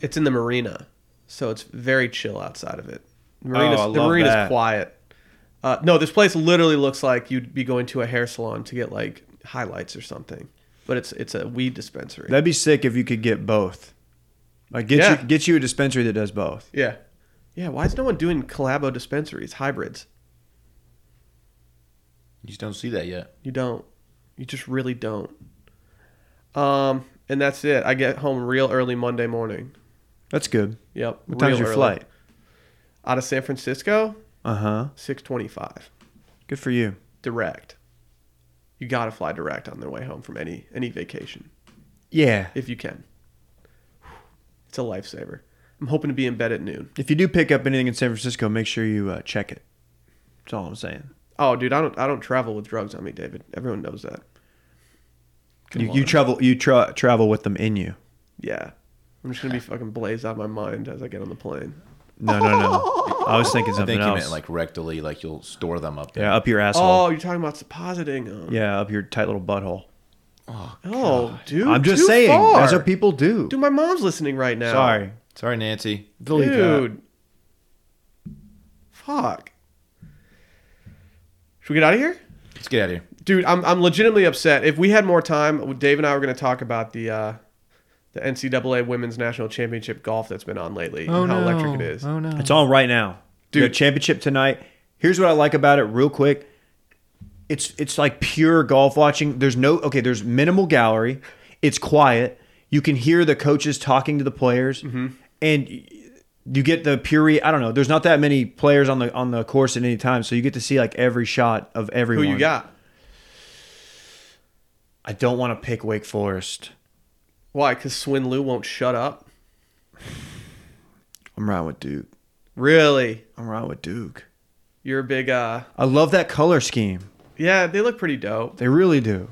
it's in the marina, so it's very chill outside of it. Marina's,
Oh, I
the
love
marina's
that.
quiet. Uh, no, this place literally looks like you'd be going to a hair salon to get like highlights or something, but it's it's a weed dispensary.
That'd be sick if you could get both. Like get
Yeah.
you get you a dispensary that does both.
yeah, yeah. Why is no one doing collabo dispensaries, hybrids?
You just don't see that yet.
You don't. You just really don't. Um, and that's it. I get home real early Monday morning.
That's good.
Yep.
What time's
real
your
early.
flight?
Out of San Francisco,
Uh huh.
six twenty-five
Good for you.
direct. You gotta fly direct on their way home from any any vacation
Yeah.
if you can. It's a lifesaver. I'm hoping to be in bed at noon.
If you do pick up anything in San Francisco, make sure you uh, check it. That's all I'm saying.
Oh, dude, I don't I don't travel with drugs on me, David. Everyone knows that. Come
You, you
on.
travel you tra- travel with them in you.
yeah. I'm just gonna be fucking blazed out of my mind as I get on the plane.
No, no, no. I was thinking
I
something
think you
else.
meant like rectally, like you'll store them up there.
yeah, up your
Oh,
asshole.
you're talking about depositing Oh, them.
Yeah, up your tight little butthole.
Oh, dude.
I'm just
too
saying.
far.
That's what people do.
Dude, my mom's listening right now.
Sorry.
Sorry, Nancy.
Delete that.
Dude. Fuck. Should we get out of here?
Let's get out of here.
Dude, I'm, I'm legitimately upset. If we had more time, Dave and I were going to talk about the uh, the NCAA Women's National Championship golf that's been on lately
Oh,
and how electric it is.
Oh, no.
It's on right now,
Dude.
dude. championship tonight. Here's what I like about it, real quick. It's it's like pure golf watching. There's no okay. There's minimal gallery. It's quiet. You can hear the coaches talking to the players,
Mm-hmm.
and y- you get the pure. I don't know. There's not that many players on the on the course at any time, so you get to see like every shot of
Who
everyone.
you got?
I don't want to pick Wake Forest.
Why? Because Swin Lu won't shut up?
I'm right with Duke.
Really?
I'm right with Duke.
You're a big, uh,
I love that color scheme.
yeah, they look pretty dope.
They really do.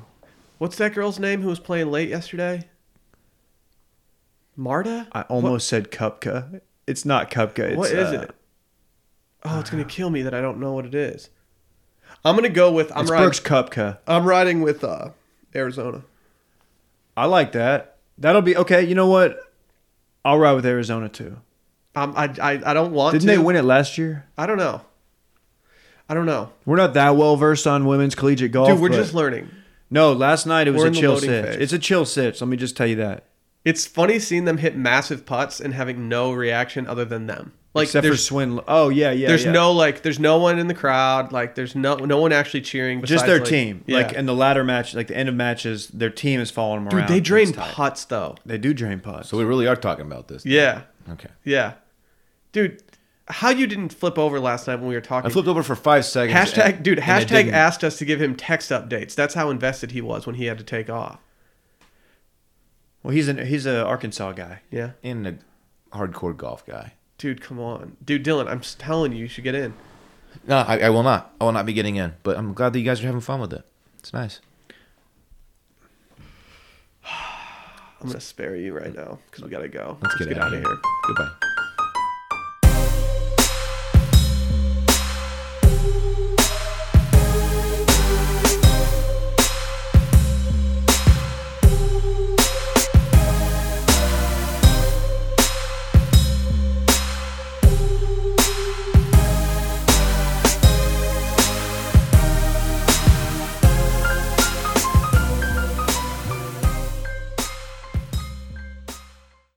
What's that girl's name who was playing late yesterday? Marta?
I almost said Cupca. It's not Cupca. It's,
What is
uh,
it? Oh, it's gonna kill me that I don't know what it is. I'm gonna go with I'm
it's
riding.
Brooks Cupca.
I'm riding with uh, Arizona.
I like that. That'll be okay. You know what? I'll ride with Arizona too.
Um, I, I I don't want. to.
Didn't they win it last year?
I don't know. I don't know,
We're not that well versed on women's collegiate golf.
dude. We're
but-
just learning.
no. Last night it was
We're
a
in the
chill
loading
sitch.
phase.
It's a chill sitch. Let me just tell you that.
It's funny seeing them hit massive putts and having no reaction other than them. Like
Except for
there's
Swin. Oh yeah, yeah.
there's
yeah.
no like there's no one in the crowd. Like there's no no one actually cheering. Besides,
just their
like-
team.
Yeah.
Like in the latter match, like the end of matches, their team is following them
dude,
around.
they
It's
drain
tight.
putts though.
They do drain putts.
So we really are talking about this.
Yeah,
Okay.
yeah, dude. How you didn't flip over last night when we were talking?
I flipped over for five seconds.
Hashtag,
and-
dude.
and it
Hashtag
didn't.
asked us to give him text updates. That's how invested he was when he had to take off.
well, he's an he's a Arkansas guy.
Yeah,
And a hardcore golf guy.
dude, come on, dude, Dylan. I'm just telling you, you should get in.
No, I, I will not. I will not be getting in. But I'm glad that you guys are having fun with it. It's nice.
I'm gonna spare you right now because we gotta go.
Let's get, out,
outta
of here. Goodbye.